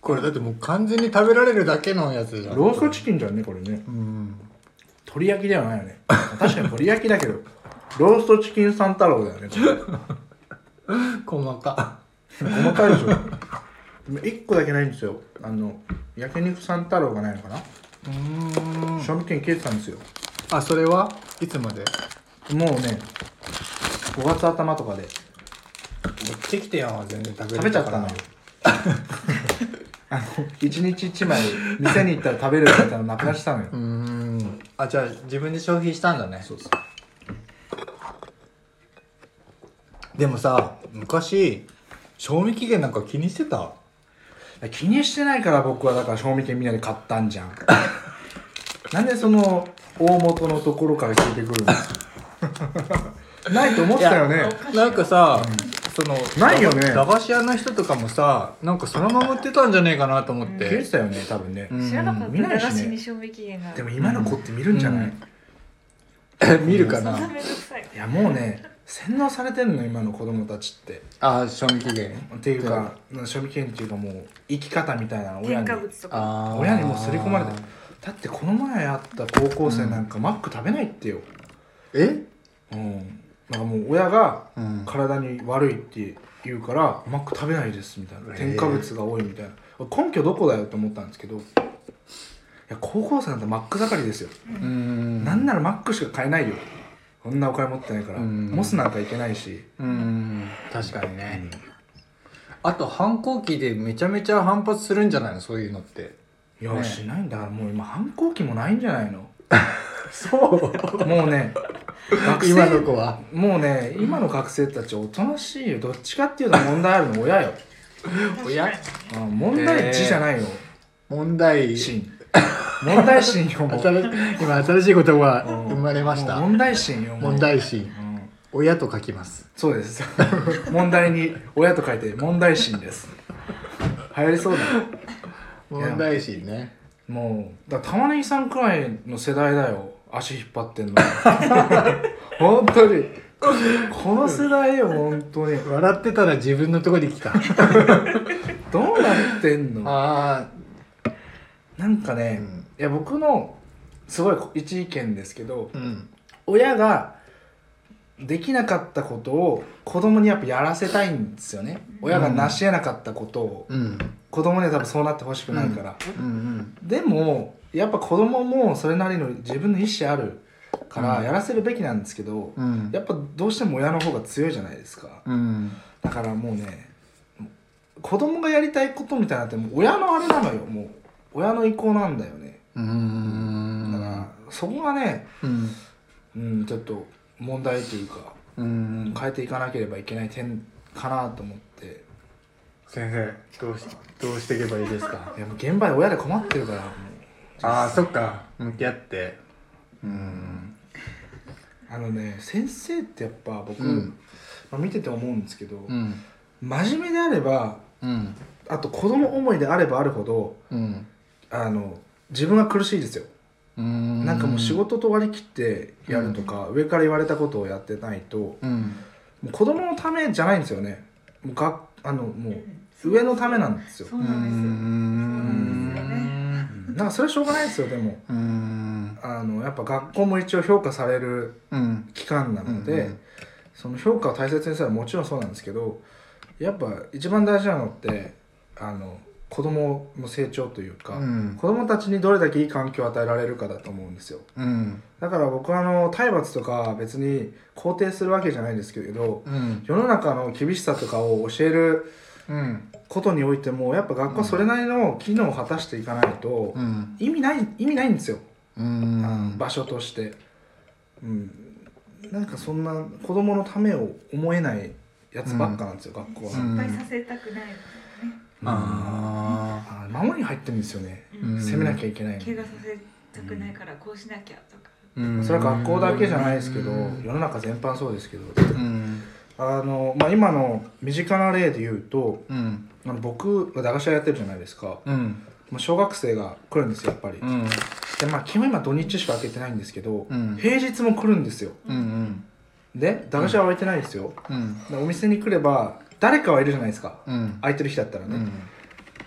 [SPEAKER 2] これだってもう完全に食べられるだけのやつじゃん
[SPEAKER 1] ローストチキンじゃんねこれね
[SPEAKER 2] うん
[SPEAKER 1] 鳥焼きではないよね確かに鳥焼きだけどローストチキン三太郎だよねこれ
[SPEAKER 2] 細か
[SPEAKER 1] 細かいでしょでも1個だけないんですよあの焼肉三太郎がないのかな、
[SPEAKER 2] うーん
[SPEAKER 1] 賞味期限切れてたんですよ
[SPEAKER 2] あそれはいつまで
[SPEAKER 1] もうね5月頭とかで
[SPEAKER 2] 持ってきてよ全然食べ
[SPEAKER 1] 食べちゃったの
[SPEAKER 2] (laughs)
[SPEAKER 1] よあの1日1枚店に行ったら食べるみたいなのなくなってたのよ
[SPEAKER 2] うーんあじゃあ自分で消費したんだね
[SPEAKER 1] そうそう
[SPEAKER 2] でもさ昔賞味期限なんか気にしてた
[SPEAKER 1] 気にしてないから僕はだから賞味期限みんなで買ったんじゃんなんでその大元のところから聞いてくるのないと思ってたよね
[SPEAKER 2] なんかさ、その
[SPEAKER 1] ないよね
[SPEAKER 2] 駄菓子屋の人とかもさなんかそのまま売ってたんじゃねえかなと思っ
[SPEAKER 1] 聞い
[SPEAKER 2] て
[SPEAKER 1] て、たよね多分ね、
[SPEAKER 2] うん
[SPEAKER 4] 知らなかっ
[SPEAKER 1] 見
[SPEAKER 4] た
[SPEAKER 1] ない
[SPEAKER 4] 駄
[SPEAKER 1] しね
[SPEAKER 4] 菓子に賞味期限があ
[SPEAKER 1] で
[SPEAKER 4] る
[SPEAKER 1] も今の子って見るんじゃない、
[SPEAKER 2] うん (laughs) 見るか
[SPEAKER 4] そんな
[SPEAKER 2] な
[SPEAKER 4] めんどくさい
[SPEAKER 1] いやもうね洗脳されてんの今の子供たちって
[SPEAKER 2] あ賞味期限
[SPEAKER 1] っていうか賞味期限っていうかもう生き方みたいなの親
[SPEAKER 4] 添
[SPEAKER 1] に
[SPEAKER 4] 加物とか
[SPEAKER 2] あー
[SPEAKER 1] 親にもう刷り込まれてだってこの前会った高校生なんかマック食べないってよ
[SPEAKER 2] え
[SPEAKER 1] うんなんかもう親が
[SPEAKER 2] うん
[SPEAKER 1] 体に悪いって言うからマック食べないですみたいな
[SPEAKER 2] えー
[SPEAKER 1] 添加物が多いみたいな根拠どこだよって思ったんですけどいや高校生なんてマック盛りですよ、
[SPEAKER 2] うん
[SPEAKER 1] なんならマックしか買えないよこんなお金持ってないから、
[SPEAKER 2] うん
[SPEAKER 1] モスなんかいけないし、
[SPEAKER 2] うん確かにね、あと反抗期でめちゃめちゃ反発するんじゃないのそういうの (laughs) って
[SPEAKER 1] いや、
[SPEAKER 2] ね
[SPEAKER 1] しないんだからもう今反抗期もないんじゃないの
[SPEAKER 2] (laughs) そう
[SPEAKER 1] もうね学生
[SPEAKER 2] 今の子は
[SPEAKER 1] もうね今の学生たちおとなしいよどっちかっていうと問題あるの親よ、
[SPEAKER 2] 親
[SPEAKER 4] 確か
[SPEAKER 1] うん、問題児じゃないよ、
[SPEAKER 2] 問題
[SPEAKER 1] 心問題心よもう
[SPEAKER 2] 新し今新しい言葉が生まれまし
[SPEAKER 1] も
[SPEAKER 2] た
[SPEAKER 1] う問題心よもう
[SPEAKER 2] 問題心
[SPEAKER 1] うん
[SPEAKER 2] 親と書きます
[SPEAKER 1] そうです
[SPEAKER 2] (laughs)
[SPEAKER 1] 問題に親と書いて問題心です流行りそうだ
[SPEAKER 2] 問題心ね
[SPEAKER 1] もうだから玉ねぎさんくらいの世代だよ足引っ張
[SPEAKER 2] (laughs)
[SPEAKER 1] ってんの本当にこの世代よ本当に
[SPEAKER 2] 笑ってたら自分のとこに来た
[SPEAKER 1] どうなってんの
[SPEAKER 2] あ
[SPEAKER 1] なんか
[SPEAKER 2] ー
[SPEAKER 1] ね、
[SPEAKER 2] うん
[SPEAKER 1] いや僕のすごい一意見ですけど
[SPEAKER 2] うん
[SPEAKER 1] 親ができなかったことを子供にやっぱやらせたいんですよね親が成し得なかったことを
[SPEAKER 2] うん
[SPEAKER 1] 子供には多分そうなってほしくないから、
[SPEAKER 2] うん
[SPEAKER 1] でもやっぱ子供もそれなりの自分の意思あるから
[SPEAKER 2] うん
[SPEAKER 1] やらせるべきなんですけど、
[SPEAKER 2] うん
[SPEAKER 1] やっぱどうしても親の方が強いじゃないですか
[SPEAKER 2] うん
[SPEAKER 1] だからもうね子供がやりたいことみたいなのってもう親のあれなのよもう親の意向なんだよね
[SPEAKER 2] うん
[SPEAKER 1] だからそこがね
[SPEAKER 2] うん
[SPEAKER 1] うんちょっと問題というか
[SPEAKER 2] うん
[SPEAKER 1] 変えていかなければいけない点かなと思って
[SPEAKER 2] 先生どうしどうしていけばいいですか
[SPEAKER 1] いやもう現場で親で困ってるからもう
[SPEAKER 2] ああそっか向き合ってうん
[SPEAKER 1] あのね先生ってやっぱ僕、
[SPEAKER 2] うん
[SPEAKER 1] まあ、見てて思うんですけど、
[SPEAKER 2] うん
[SPEAKER 1] 真面目であれば
[SPEAKER 2] うん
[SPEAKER 1] あと子供思いであればあるほど
[SPEAKER 2] うん
[SPEAKER 1] あの自分が苦しいですよ、
[SPEAKER 2] うん
[SPEAKER 1] なんかもう仕事と割り切ってやるとか、上から言われたことをやってないとも
[SPEAKER 2] うん
[SPEAKER 1] う子供のためじゃないんですよねもうがあのも
[SPEAKER 4] に
[SPEAKER 1] う上のためなんですよ
[SPEAKER 4] そううな
[SPEAKER 1] う
[SPEAKER 2] ん
[SPEAKER 4] んですよ
[SPEAKER 1] んなんかそれはしょうがないですよでも
[SPEAKER 2] うん
[SPEAKER 1] あのやっぱ学校も一応評価される
[SPEAKER 2] うん
[SPEAKER 1] 期間なので、
[SPEAKER 2] うんうん
[SPEAKER 1] その評価を大切にするのはもちろんそうなんですけどやっぱ一番大事なのってあの子供の成長というか、
[SPEAKER 2] うん
[SPEAKER 1] 子供たちにどれだけいい環境を与えられるかだと思うんですよ
[SPEAKER 2] うん
[SPEAKER 1] だから僕はあの体罰とか別に肯定するわけじゃないんですけど
[SPEAKER 2] うん
[SPEAKER 1] 世の中の厳しさとかを教える
[SPEAKER 2] うん
[SPEAKER 1] ことにおいてもやっぱ学校はそれなりの機能を果たしていかないと
[SPEAKER 2] うん
[SPEAKER 1] 意味ない意味ないんですよ、
[SPEAKER 2] うん
[SPEAKER 1] あの場所として、うん、なんかそんな子供のためを思えないやつばっかなんですよ、学校は、
[SPEAKER 2] うん
[SPEAKER 4] 失敗させたくないね
[SPEAKER 2] あ
[SPEAKER 1] あ守り入ってるんですよね、
[SPEAKER 2] うん
[SPEAKER 1] 責めなきゃいけないの
[SPEAKER 4] 怪我させたくないからこうしなきゃとか
[SPEAKER 2] ー
[SPEAKER 1] それは学校だけじゃないですけど
[SPEAKER 2] うん
[SPEAKER 1] 世の中全般そうですけど
[SPEAKER 2] うん
[SPEAKER 1] あの、まあ、今の身近な例で言うと
[SPEAKER 2] うん
[SPEAKER 1] あの僕駄菓子屋やってるじゃないですか、
[SPEAKER 2] うん
[SPEAKER 1] まあ、小学生が来るんですよやっぱり、
[SPEAKER 2] うん
[SPEAKER 1] でまあ基本今土日しか開けてないんですけど、
[SPEAKER 2] うん
[SPEAKER 1] 平日も来るんですよ
[SPEAKER 2] うんうん
[SPEAKER 1] で駄菓子屋は開いてないですよ、
[SPEAKER 2] うん
[SPEAKER 1] でお店に来れば誰かはいるじゃないですか
[SPEAKER 2] うん
[SPEAKER 1] 空いてる日だったら
[SPEAKER 2] う
[SPEAKER 1] ね、
[SPEAKER 2] ん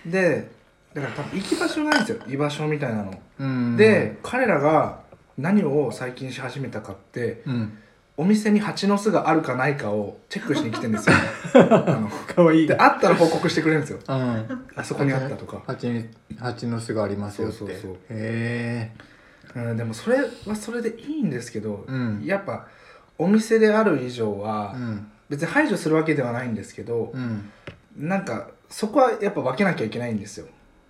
[SPEAKER 1] でだから多分行き場所ないんですよ居場所みたいなの、
[SPEAKER 2] うん
[SPEAKER 1] で彼らが何を最近し始めたかって
[SPEAKER 2] うん
[SPEAKER 1] お店に蜂の巣があるかないかをチェックしに来てん
[SPEAKER 2] (laughs)
[SPEAKER 1] ですよあの
[SPEAKER 2] かわいい
[SPEAKER 1] であったら報告してくれるんですよ
[SPEAKER 2] うん
[SPEAKER 1] あそこにあったとか、
[SPEAKER 2] 蜂に蜂の巣がありますよって
[SPEAKER 1] そうそうそう
[SPEAKER 2] へえ
[SPEAKER 1] うん、でもそれはそれでいいんですけど、
[SPEAKER 2] うん
[SPEAKER 1] やっぱお店である以上は、
[SPEAKER 2] うん
[SPEAKER 1] 別に排除するわけではないんですけど、
[SPEAKER 2] うん
[SPEAKER 1] なんかそこはやっぱ分けなきゃいけないんですよ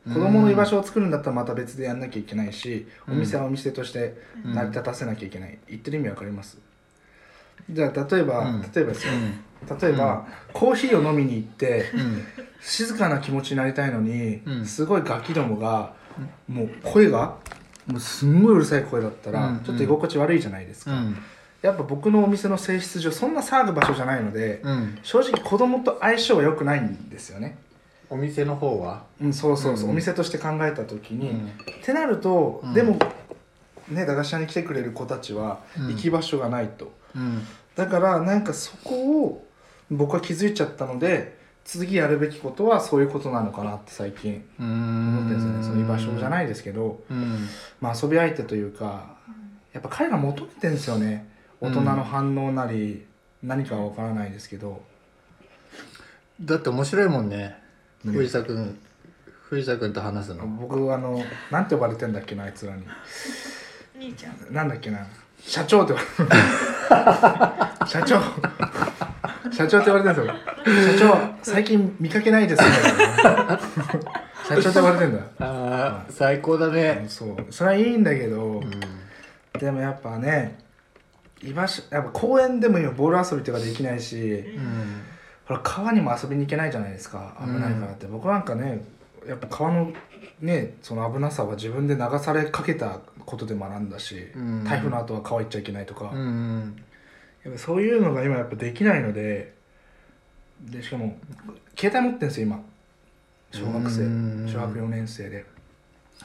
[SPEAKER 1] 子供の居場所を作るんだったらまた別でやんなきゃいけないし、
[SPEAKER 2] うん
[SPEAKER 1] お店はお店として成り立たせなきゃいけない、言ってる意味わかりますじゃあ例えば、
[SPEAKER 2] うん
[SPEAKER 1] 例えばです
[SPEAKER 2] う
[SPEAKER 1] よ
[SPEAKER 2] ん
[SPEAKER 1] 例えば、コーヒーを飲みに行って
[SPEAKER 2] うん
[SPEAKER 1] 静かな気持ちになりたいのに、
[SPEAKER 2] うん
[SPEAKER 1] すごいガキどもが、もう声がもうすんごいうるさい声だったら、
[SPEAKER 2] うん
[SPEAKER 1] ちょっと居心地悪いじゃないです
[SPEAKER 2] う
[SPEAKER 1] か、
[SPEAKER 2] ん
[SPEAKER 1] やっぱ僕のお店の性質上そんな騒ぐ場所じゃないので、
[SPEAKER 2] うん
[SPEAKER 1] 正直子供と相性は良くないんですよね、
[SPEAKER 2] お店の方は
[SPEAKER 1] うん、そうそうそう、
[SPEAKER 2] うん
[SPEAKER 1] お店として考えた時
[SPEAKER 2] う
[SPEAKER 1] に、っ
[SPEAKER 2] ん
[SPEAKER 1] てなると、
[SPEAKER 2] うん
[SPEAKER 1] でもね駄菓子屋に来てくれる子たちは
[SPEAKER 2] うん
[SPEAKER 1] 行き場所がないと、
[SPEAKER 2] うん
[SPEAKER 1] だからなんかそこを僕は気づいちゃったので次やるべきことはそういうことなのかなって最近思ってるんですよねその居場所じゃ
[SPEAKER 2] い
[SPEAKER 1] ないですけど、
[SPEAKER 2] うん
[SPEAKER 1] まあ、遊び相手というかやっぱ彼ら求めてるんですよね大人の反応なり、何かは分からないですけど、
[SPEAKER 2] だって面白いもんね
[SPEAKER 1] ね
[SPEAKER 2] 藤田君藤田君と話すの
[SPEAKER 1] 僕あのなんて呼ばれてんだっけなあいつらに
[SPEAKER 4] 兄ちゃん
[SPEAKER 1] なんだっけな社長って言われ
[SPEAKER 2] (laughs)
[SPEAKER 1] 社長社長って言われてるんですよ社長最近見かけないですね社長って言われてんだ
[SPEAKER 2] ああ最高だね
[SPEAKER 1] そうそれはいいんだけど、
[SPEAKER 2] うん
[SPEAKER 1] でもやっぱね居場所やっぱ公園でも今ボール遊びとかできないし
[SPEAKER 2] うん
[SPEAKER 1] ほら川にも遊びに行けないじゃないですか危ないからって、僕なんかねやっぱ川のねその危なさは自分で流されかけたことで学んだし、
[SPEAKER 2] うん
[SPEAKER 1] 台風の後は川行っちゃいけないとか、
[SPEAKER 2] うん
[SPEAKER 1] やっぱそういうのが今やっぱできないのででしかも携帯持ってるんですよ今小学生
[SPEAKER 2] うん
[SPEAKER 1] 小学4年生で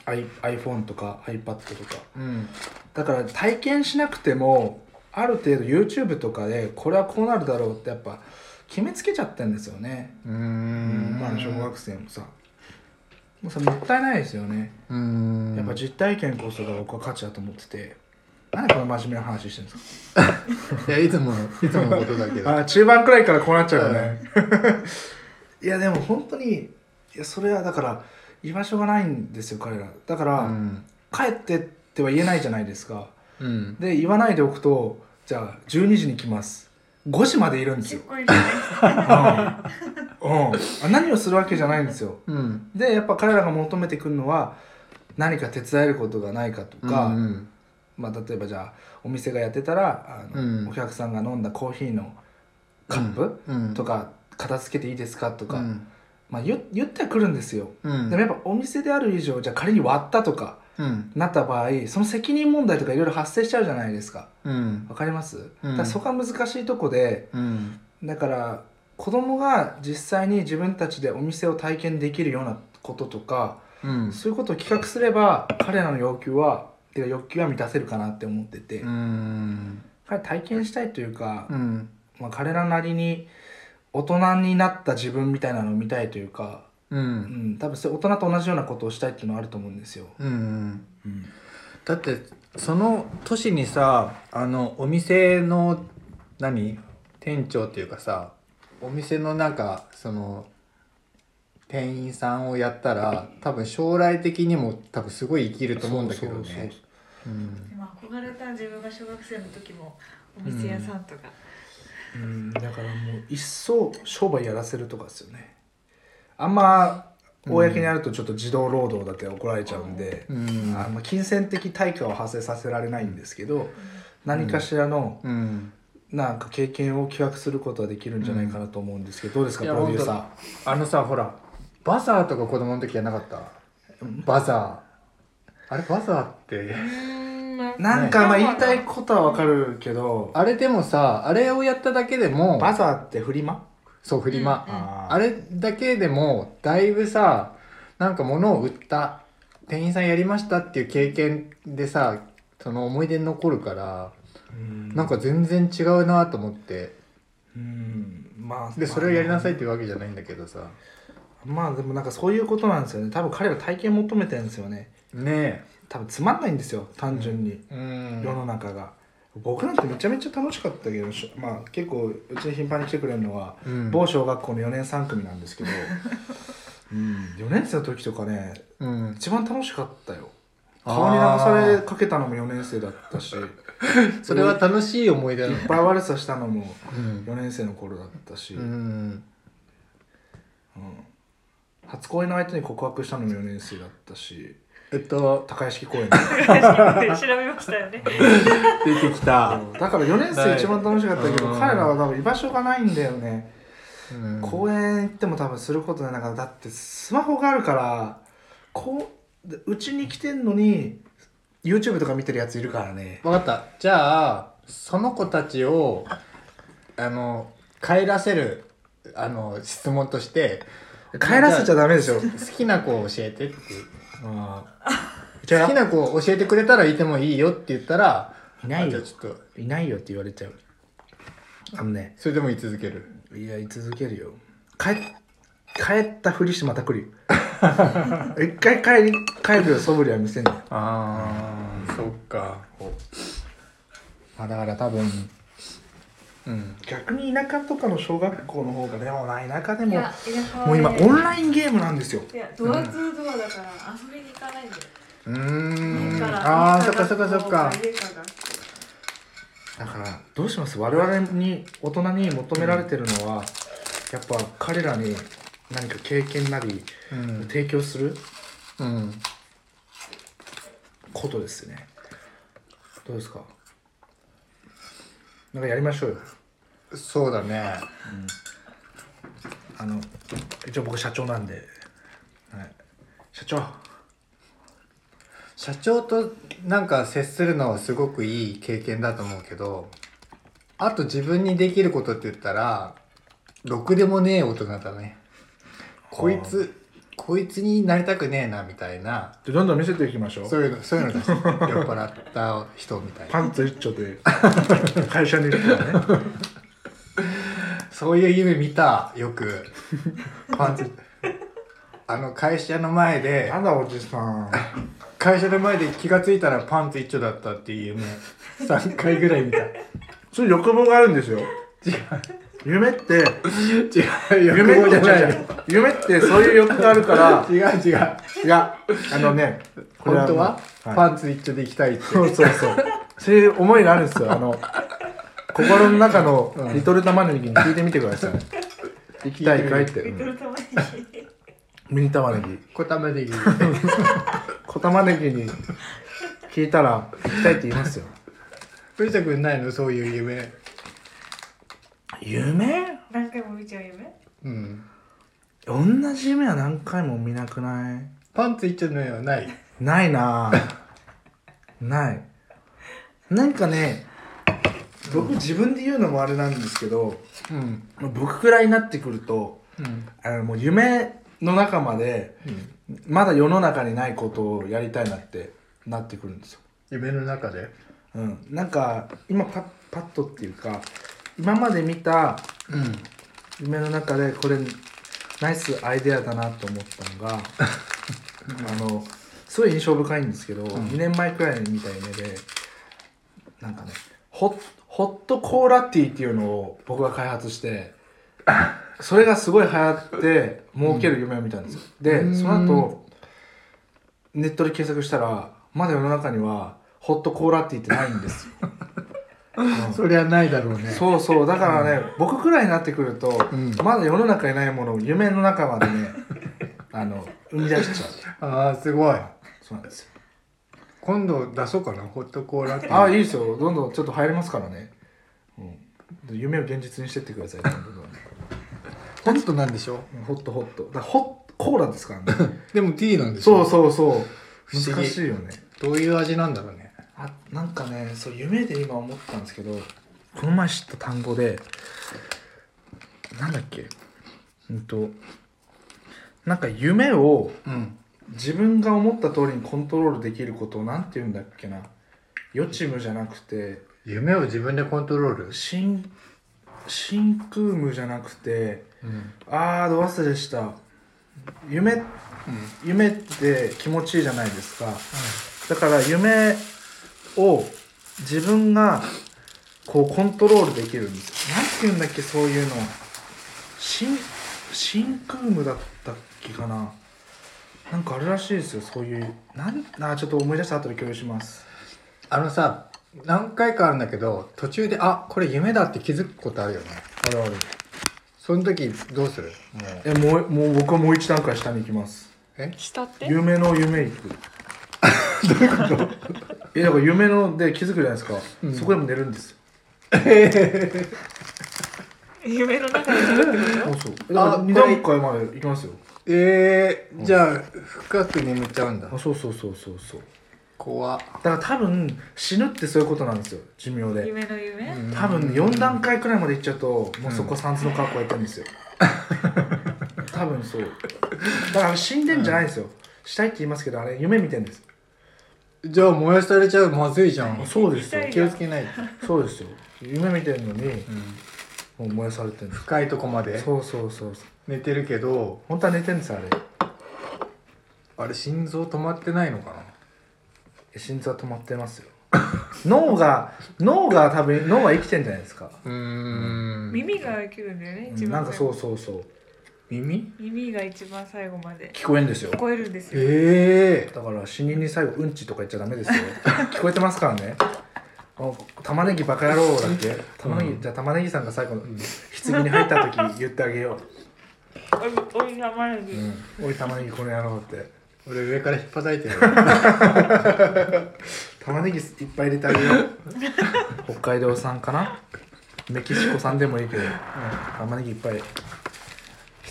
[SPEAKER 1] I iPhone とか iPad とか
[SPEAKER 2] うん
[SPEAKER 1] だから体験しなくてもある程度 YouTube とかでこれはこうなるだろうってやっぱ決めつけちゃってんですよね、
[SPEAKER 2] う
[SPEAKER 1] うん
[SPEAKER 2] ん
[SPEAKER 1] まあ小学生もさもうさもったいないですよね、
[SPEAKER 2] うん
[SPEAKER 1] やっぱ実体験こそが僕は価値だと思っててなんでこの真面目な話してるんですか
[SPEAKER 2] いやいつものいつものことだけど
[SPEAKER 1] (laughs) あ中盤くらいからこうなっちゃうよね、 (laughs) いやでも本当にいやそれはだから居場所がないんですよ彼らだから、
[SPEAKER 2] うん
[SPEAKER 1] 帰ってっては言えないじゃないですか
[SPEAKER 2] うん
[SPEAKER 1] で言わないでおくとじゃあ12時に来ます5時までいるんです
[SPEAKER 4] 結
[SPEAKER 1] よ、
[SPEAKER 4] 構いるね (laughs)
[SPEAKER 1] うん、うんあ何をするわけじゃないんですよ
[SPEAKER 2] うん
[SPEAKER 1] でやっぱ彼らが求めてくるのは何か手伝えることがないかとか、
[SPEAKER 2] うん
[SPEAKER 1] まあ、例えばじゃあお店がやってたらあの、
[SPEAKER 2] うん
[SPEAKER 1] お客さんが飲んだコーヒーのカップ、
[SPEAKER 2] うん
[SPEAKER 1] とか片付けていいですかとか、
[SPEAKER 2] うん
[SPEAKER 1] まあ、言言ってはくるんですよ、
[SPEAKER 2] うん
[SPEAKER 1] でもやっぱお店である以上じゃあ仮に割ったとか
[SPEAKER 2] うん
[SPEAKER 1] なった場合その責任問題とかいろいろ発生しちゃうじゃないですか
[SPEAKER 2] うん
[SPEAKER 1] わかります、
[SPEAKER 2] う
[SPEAKER 1] だ
[SPEAKER 2] ん
[SPEAKER 1] からそこが難しいとこで
[SPEAKER 2] うん
[SPEAKER 1] だから子供が実際に自分たちでお店を体験できるようなこととか
[SPEAKER 2] うん
[SPEAKER 1] そういうことを企画すれば彼らの要求はてか欲求は満たせるかなって思ってて、
[SPEAKER 2] うん
[SPEAKER 1] 彼体験したいというか、
[SPEAKER 2] うん
[SPEAKER 1] まあ、彼らなりに大人になった自分みたいなのを見たいというか、
[SPEAKER 2] う
[SPEAKER 1] うんん、多分それ大人と同じようなことをしたいっていうのはあると思うんですよ。
[SPEAKER 2] うん
[SPEAKER 1] うん
[SPEAKER 2] だってその都市にさあのお店の何店長っていうかさお店のなんかその店員さんをやったら多分将来的にも多分すごい生きると思うんだけど
[SPEAKER 1] そうそう
[SPEAKER 2] ね
[SPEAKER 1] そう
[SPEAKER 2] うん
[SPEAKER 4] でも憧れた自分が小学生の時もお店屋さんとか、
[SPEAKER 1] うん、だからもう一層商売やらせるとかですよねあんま公にやるとちょっと児童労働だって怒られちゃうんで、
[SPEAKER 2] うん
[SPEAKER 1] あんま金銭的対価を発生させられないんですけど何かしらの
[SPEAKER 2] うん
[SPEAKER 1] なんか経験を企画することはできるんじゃないかなと思うんですけど、どうですか
[SPEAKER 2] い
[SPEAKER 1] プ
[SPEAKER 2] や
[SPEAKER 1] ロデューサ
[SPEAKER 2] 本当あのさほらバザーとか子供の時やなかったバザーあれバザーって
[SPEAKER 4] うん
[SPEAKER 1] ーなんかまあ言いたいことはわかるけど、
[SPEAKER 2] あれでもさあれをやっただけでも
[SPEAKER 1] バザーってフリマ、
[SPEAKER 2] そうフリマ、
[SPEAKER 4] うん
[SPEAKER 2] あれだけでもだいぶさなんか物を売った店員さんやりましたっていう経験でさその思い出に残るから
[SPEAKER 1] うん
[SPEAKER 2] なんか全然違うなと思って
[SPEAKER 1] うんまあ
[SPEAKER 2] でそれをやりなさい
[SPEAKER 1] い
[SPEAKER 2] っていうわけじゃないんだけどさ
[SPEAKER 1] まあでもなんかそういうことなんですよね多分彼ら体験求めてるんですよね
[SPEAKER 2] ね
[SPEAKER 1] 多分つまんないんですよ単純に、
[SPEAKER 2] えうん
[SPEAKER 1] 世の中が僕なんてめちゃめちゃ楽しかったけどしまあ結構うちに頻繁に来てくれるのは、
[SPEAKER 2] うん
[SPEAKER 1] 某小学校の4年3組なんですけど、うん、4年生の時とかね
[SPEAKER 2] うん
[SPEAKER 1] 一番楽しかったよ
[SPEAKER 2] あー
[SPEAKER 1] 顔に流されかけたのも4年生だった
[SPEAKER 2] (laughs)
[SPEAKER 1] しいっ
[SPEAKER 2] それは楽しい思い出なの
[SPEAKER 1] ぱい悪さしたのも
[SPEAKER 2] うん
[SPEAKER 1] 4年生の頃だったし、
[SPEAKER 2] うん
[SPEAKER 1] うん初恋の相手に告白したのも4年生だったし
[SPEAKER 2] えっと
[SPEAKER 1] 高屋敷公園
[SPEAKER 4] 調べましたよね。
[SPEAKER 2] 出てきた、
[SPEAKER 1] だから4年生一番楽しかったけど
[SPEAKER 2] はい
[SPEAKER 1] 彼らは多分居場所がないんだよね、
[SPEAKER 2] うん
[SPEAKER 1] 公園行っても多分することないからだってスマホがあるからこうでうちに来てんのに YouTube とか見てるやついるからね
[SPEAKER 2] わかったじゃあその子たちをあの帰らせるあの質問として
[SPEAKER 1] 帰らせちゃダメでしょ
[SPEAKER 2] 好きな子を教えてって
[SPEAKER 1] じゃ
[SPEAKER 2] 好きな子を教えてくれたらいてもいいよって言ったら
[SPEAKER 1] いない
[SPEAKER 2] じゃ
[SPEAKER 1] よ
[SPEAKER 2] あちょっと
[SPEAKER 1] いないよって言われちゃうあのね
[SPEAKER 2] それでも言い続ける
[SPEAKER 1] いや居続けるよ帰っ帰ったふりしてまた来
[SPEAKER 4] (laughs)
[SPEAKER 1] るよ一回帰り帰るよそぶりは見せんの
[SPEAKER 2] ああそっかまあだから多分うん
[SPEAKER 1] 逆に田舎とかの小学校の方がでもな田舎で
[SPEAKER 4] い
[SPEAKER 1] も
[SPEAKER 4] や、田舎はね
[SPEAKER 1] もう今オンラインゲームなんですよ
[SPEAKER 4] いや、ドアツードアだから遊びに行かないんだよ。
[SPEAKER 2] う
[SPEAKER 4] 家
[SPEAKER 2] ーん
[SPEAKER 4] から
[SPEAKER 2] ああそっかそっかそっか
[SPEAKER 4] 家から
[SPEAKER 1] だからどうします我々に大人に求められてるのはやっぱ彼らに何か経験なり
[SPEAKER 2] うん
[SPEAKER 1] 提供する
[SPEAKER 2] うん
[SPEAKER 1] ことですねどうですかなんかやりましょうよ
[SPEAKER 2] そうだね
[SPEAKER 1] あの一応僕社長なんで、はい、社長
[SPEAKER 2] 社長となんか接するのはすごくいい経験だと思うけどあと自分にできることって言ったらろくでもねえ大人だねこいつこいつになりたくねえなみたいな
[SPEAKER 1] でどんどん見せていきましょう
[SPEAKER 2] そういうのそういうのです酔っ払った人みたいな
[SPEAKER 1] パンツ一丁で会社に行くから
[SPEAKER 2] (laughs)
[SPEAKER 1] ね
[SPEAKER 2] そういう夢見たよくパンツあの会社の前で
[SPEAKER 1] やだおじさん
[SPEAKER 2] 会社の前で気がついたらパンツ一丁だったっていう夢3回ぐらい見た
[SPEAKER 1] そういう欲望があるんですよ
[SPEAKER 2] 違
[SPEAKER 1] 夢って
[SPEAKER 2] う違う
[SPEAKER 1] 夢
[SPEAKER 2] 欲望
[SPEAKER 1] っ
[SPEAKER 2] じ
[SPEAKER 1] て
[SPEAKER 2] ゃない
[SPEAKER 1] 違う違う夢ってそういう欲があるから
[SPEAKER 2] 違う違う
[SPEAKER 1] いやあのねこれ
[SPEAKER 2] 本当は、
[SPEAKER 1] はい
[SPEAKER 2] パンツ一丁で行きたいって
[SPEAKER 1] そうそうそうそういう思いがあるんですよあの心の中のリトル玉ねぎに聞いてみてください (laughs) 行きたいかいって、う
[SPEAKER 4] 家
[SPEAKER 1] ん、
[SPEAKER 4] からリトル玉ねぎ。
[SPEAKER 1] ミニ玉ねぎ
[SPEAKER 2] 小玉ねぎ
[SPEAKER 1] 小玉ねぎに聞いたら行きたいって言いますよ
[SPEAKER 2] 藤田君ないのそういう夢
[SPEAKER 1] 夢
[SPEAKER 4] 何回も見ちゃう夢
[SPEAKER 2] うん
[SPEAKER 1] 同じ夢は何回も見なくない
[SPEAKER 2] パンツ一丁の夢はない
[SPEAKER 1] ないなぁないなんかね僕自分で言うのもあれなんですけど
[SPEAKER 2] うん
[SPEAKER 1] 僕くらいになってくると
[SPEAKER 2] うん
[SPEAKER 1] あのもう夢の中まで
[SPEAKER 2] うん
[SPEAKER 1] まだ世の中にないことをやりたいなってなってくるんですよ、
[SPEAKER 2] 夢の中で
[SPEAKER 1] うん、なんか今パッパッとっていうか今まで見た
[SPEAKER 2] うん
[SPEAKER 1] 夢の中でこれナイスアイデアだなと思った
[SPEAKER 2] (laughs)
[SPEAKER 1] のがあのすごい印象深いんですけど、2年前くらいに見た夢でなんかねホホットコーラティーっていうのを僕が開発
[SPEAKER 2] (laughs)
[SPEAKER 1] してそれがすごい流行って儲ける夢を見たんですよ、
[SPEAKER 2] うん
[SPEAKER 1] でその後ネットで検索したらまだ世の中にはホットコーラティーってないんですよ、うん
[SPEAKER 2] そりゃないだろうね
[SPEAKER 1] そうそうだからね、僕くらいになってくると、
[SPEAKER 2] うん
[SPEAKER 1] まだ世の中にないものを夢の中まで
[SPEAKER 2] (laughs)
[SPEAKER 1] ねあの生み出しちゃう
[SPEAKER 2] ああすごい
[SPEAKER 1] そうなんですよ
[SPEAKER 2] 今度出そうかなホットコーラって
[SPEAKER 1] ああいいですよどんどんちょっと入りますからね、うん、夢を現実にしてってくださいどんどんどん
[SPEAKER 2] パンツとなんでしょ
[SPEAKER 1] ホットホットだからホッコーラですから
[SPEAKER 2] (laughs)
[SPEAKER 1] ね
[SPEAKER 2] でも T なんでし
[SPEAKER 1] そう
[SPEAKER 2] ょう
[SPEAKER 1] そうそう
[SPEAKER 2] 不思議
[SPEAKER 1] 難しいよね
[SPEAKER 2] どういう味なんだろうね
[SPEAKER 1] あなんかねそう夢で今思ったんですけどこの前知った単語でなんだっけうんとなんか夢を
[SPEAKER 2] うん
[SPEAKER 1] 自分が思った通りにコントロールできることをなんて言うんだっけな予知夢じゃなくて
[SPEAKER 2] 夢を自分でコントロール
[SPEAKER 1] 真真空無じゃなくて
[SPEAKER 2] うん
[SPEAKER 1] あーど忘れした夢夢って気持ちいいじゃないですかだから夢を自分がこうコントロールできるんですなんて言うんだっけそういうの真真空無だったっけかななんかあるらしいですよそういうなんあちょっと思い出した後で共有します
[SPEAKER 2] あのさ何回かあるんだけど途中であこれ夢だって気づくことあるよね
[SPEAKER 1] あるある
[SPEAKER 2] その時どうするもう
[SPEAKER 1] えもうもう僕はもう一段階下に行きます
[SPEAKER 2] え
[SPEAKER 3] 下って
[SPEAKER 1] 夢の夢 (laughs) 行くどういうこと (laughs) えだから夢ので気づくじゃないですか、
[SPEAKER 2] うん
[SPEAKER 1] そこでも寝るんですよ
[SPEAKER 4] 夢の中で出てくるよ
[SPEAKER 1] あそうえだから
[SPEAKER 2] あ
[SPEAKER 1] 2
[SPEAKER 2] これ
[SPEAKER 1] 段階まで行きますよ
[SPEAKER 2] えー、じゃあ深く眠っちゃうんだ
[SPEAKER 1] あそうそうそうそうそう
[SPEAKER 2] 怖っ
[SPEAKER 1] だから多分死ぬってそういうことなんですよ寿命で
[SPEAKER 4] 夢の夢、
[SPEAKER 2] うん
[SPEAKER 1] 多分4段階くらいまで行っちゃうともうそこ三途の川越えてるんですよ多分そうだから死んでんじゃないですよしたいって言いますけどあれ夢見てんです
[SPEAKER 2] じゃあ燃やされちゃうまずいじゃん
[SPEAKER 1] そうですよ
[SPEAKER 4] 痛い
[SPEAKER 2] 気をつけないと、 (laughs)
[SPEAKER 1] そうですよ夢見てんのに
[SPEAKER 2] う
[SPEAKER 1] もう
[SPEAKER 2] ん
[SPEAKER 1] 燃やされてるんです
[SPEAKER 2] 深いとこまで
[SPEAKER 1] そうそうそうそう
[SPEAKER 2] 寝てるけど
[SPEAKER 1] 本当は寝てんですあれ
[SPEAKER 2] あれ心臓止まってないのかな
[SPEAKER 1] え心臓は止まってますよ脳が脳が多分脳は生きてんじゃないですか
[SPEAKER 2] うーん
[SPEAKER 4] 耳が起きるんだよね一
[SPEAKER 1] な
[SPEAKER 4] 番
[SPEAKER 1] んか
[SPEAKER 4] 最後
[SPEAKER 1] そうそうそう
[SPEAKER 2] 耳
[SPEAKER 4] 耳が一番最後まで
[SPEAKER 1] 聞こえんですよ
[SPEAKER 4] 聞こえるんですよ
[SPEAKER 2] ええ
[SPEAKER 1] だから死人に最後うんちとか言っちゃダメですよ (laughs) 聞こえてますからねあ玉ねぎバカ野郎だっけ玉ねぎ、じゃあ玉ねぎさんが最後の棺に入った時言ってあげよ
[SPEAKER 4] おいやまる
[SPEAKER 1] う、おい玉ねぎこの野郎って
[SPEAKER 2] 俺上から引っ叩 (laughs) いてる
[SPEAKER 1] 玉ねぎいっぱい入れてあげよう (laughs) 北海道産かなメキシコ産でもいいけど、玉ねぎいっぱい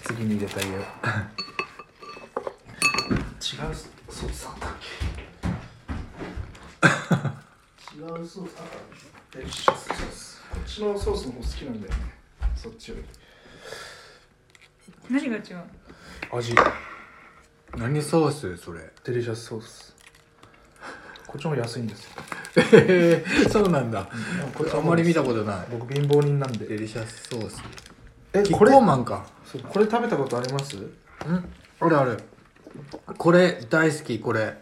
[SPEAKER 1] 棺に入れてあげよう違うソースあったっけ違うソースあったっけソースこっちのソースの方好きなんだよねそっちより
[SPEAKER 4] 何が違う
[SPEAKER 1] 味
[SPEAKER 2] 何ソースそれ
[SPEAKER 1] デリシャスソースこっちの方が安いんですよ
[SPEAKER 2] ええそうなんだ
[SPEAKER 1] でもこっ
[SPEAKER 2] (laughs) これ
[SPEAKER 1] ち
[SPEAKER 2] あ
[SPEAKER 1] は
[SPEAKER 2] んまり見たことない
[SPEAKER 1] 僕貧乏人なん
[SPEAKER 2] デ
[SPEAKER 1] で
[SPEAKER 2] リシャスソース
[SPEAKER 1] え
[SPEAKER 2] キッ
[SPEAKER 1] こ
[SPEAKER 2] コ
[SPEAKER 1] れ
[SPEAKER 2] ーマンか
[SPEAKER 1] そうこれ食べたことあります
[SPEAKER 2] うんあるあるこれ大好きこれ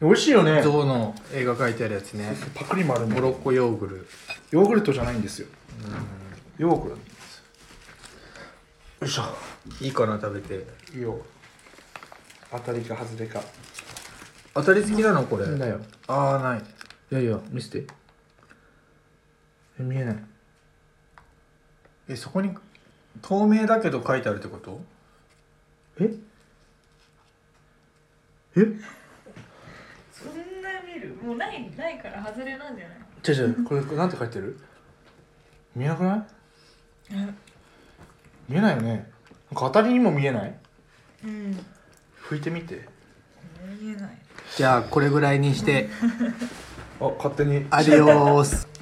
[SPEAKER 1] 美味しいよね
[SPEAKER 2] 象の絵が描いてあるやつね
[SPEAKER 1] パクリもあるね
[SPEAKER 2] モロッコヨーグル
[SPEAKER 1] ヨーグルトじゃないんですよヨーグルトなんですよよいし
[SPEAKER 2] いいかな食べて
[SPEAKER 1] ょいいよ当たりか外れか
[SPEAKER 2] 当たり好きなのこれ
[SPEAKER 1] よ
[SPEAKER 2] ああない
[SPEAKER 1] いやいや見せてえ見えない
[SPEAKER 2] えそこに透明だけど書いてあるってこと
[SPEAKER 1] ええ
[SPEAKER 4] そんな見るもうないないから外れなんじゃない
[SPEAKER 1] 違う違うこれこれなんて書いてる見えなくない見えないよねなんか当たりにも見えない
[SPEAKER 4] うん
[SPEAKER 1] 拭いてみて
[SPEAKER 4] 見えない
[SPEAKER 2] じゃあこれぐらいにして
[SPEAKER 1] あ勝手に
[SPEAKER 2] アディオース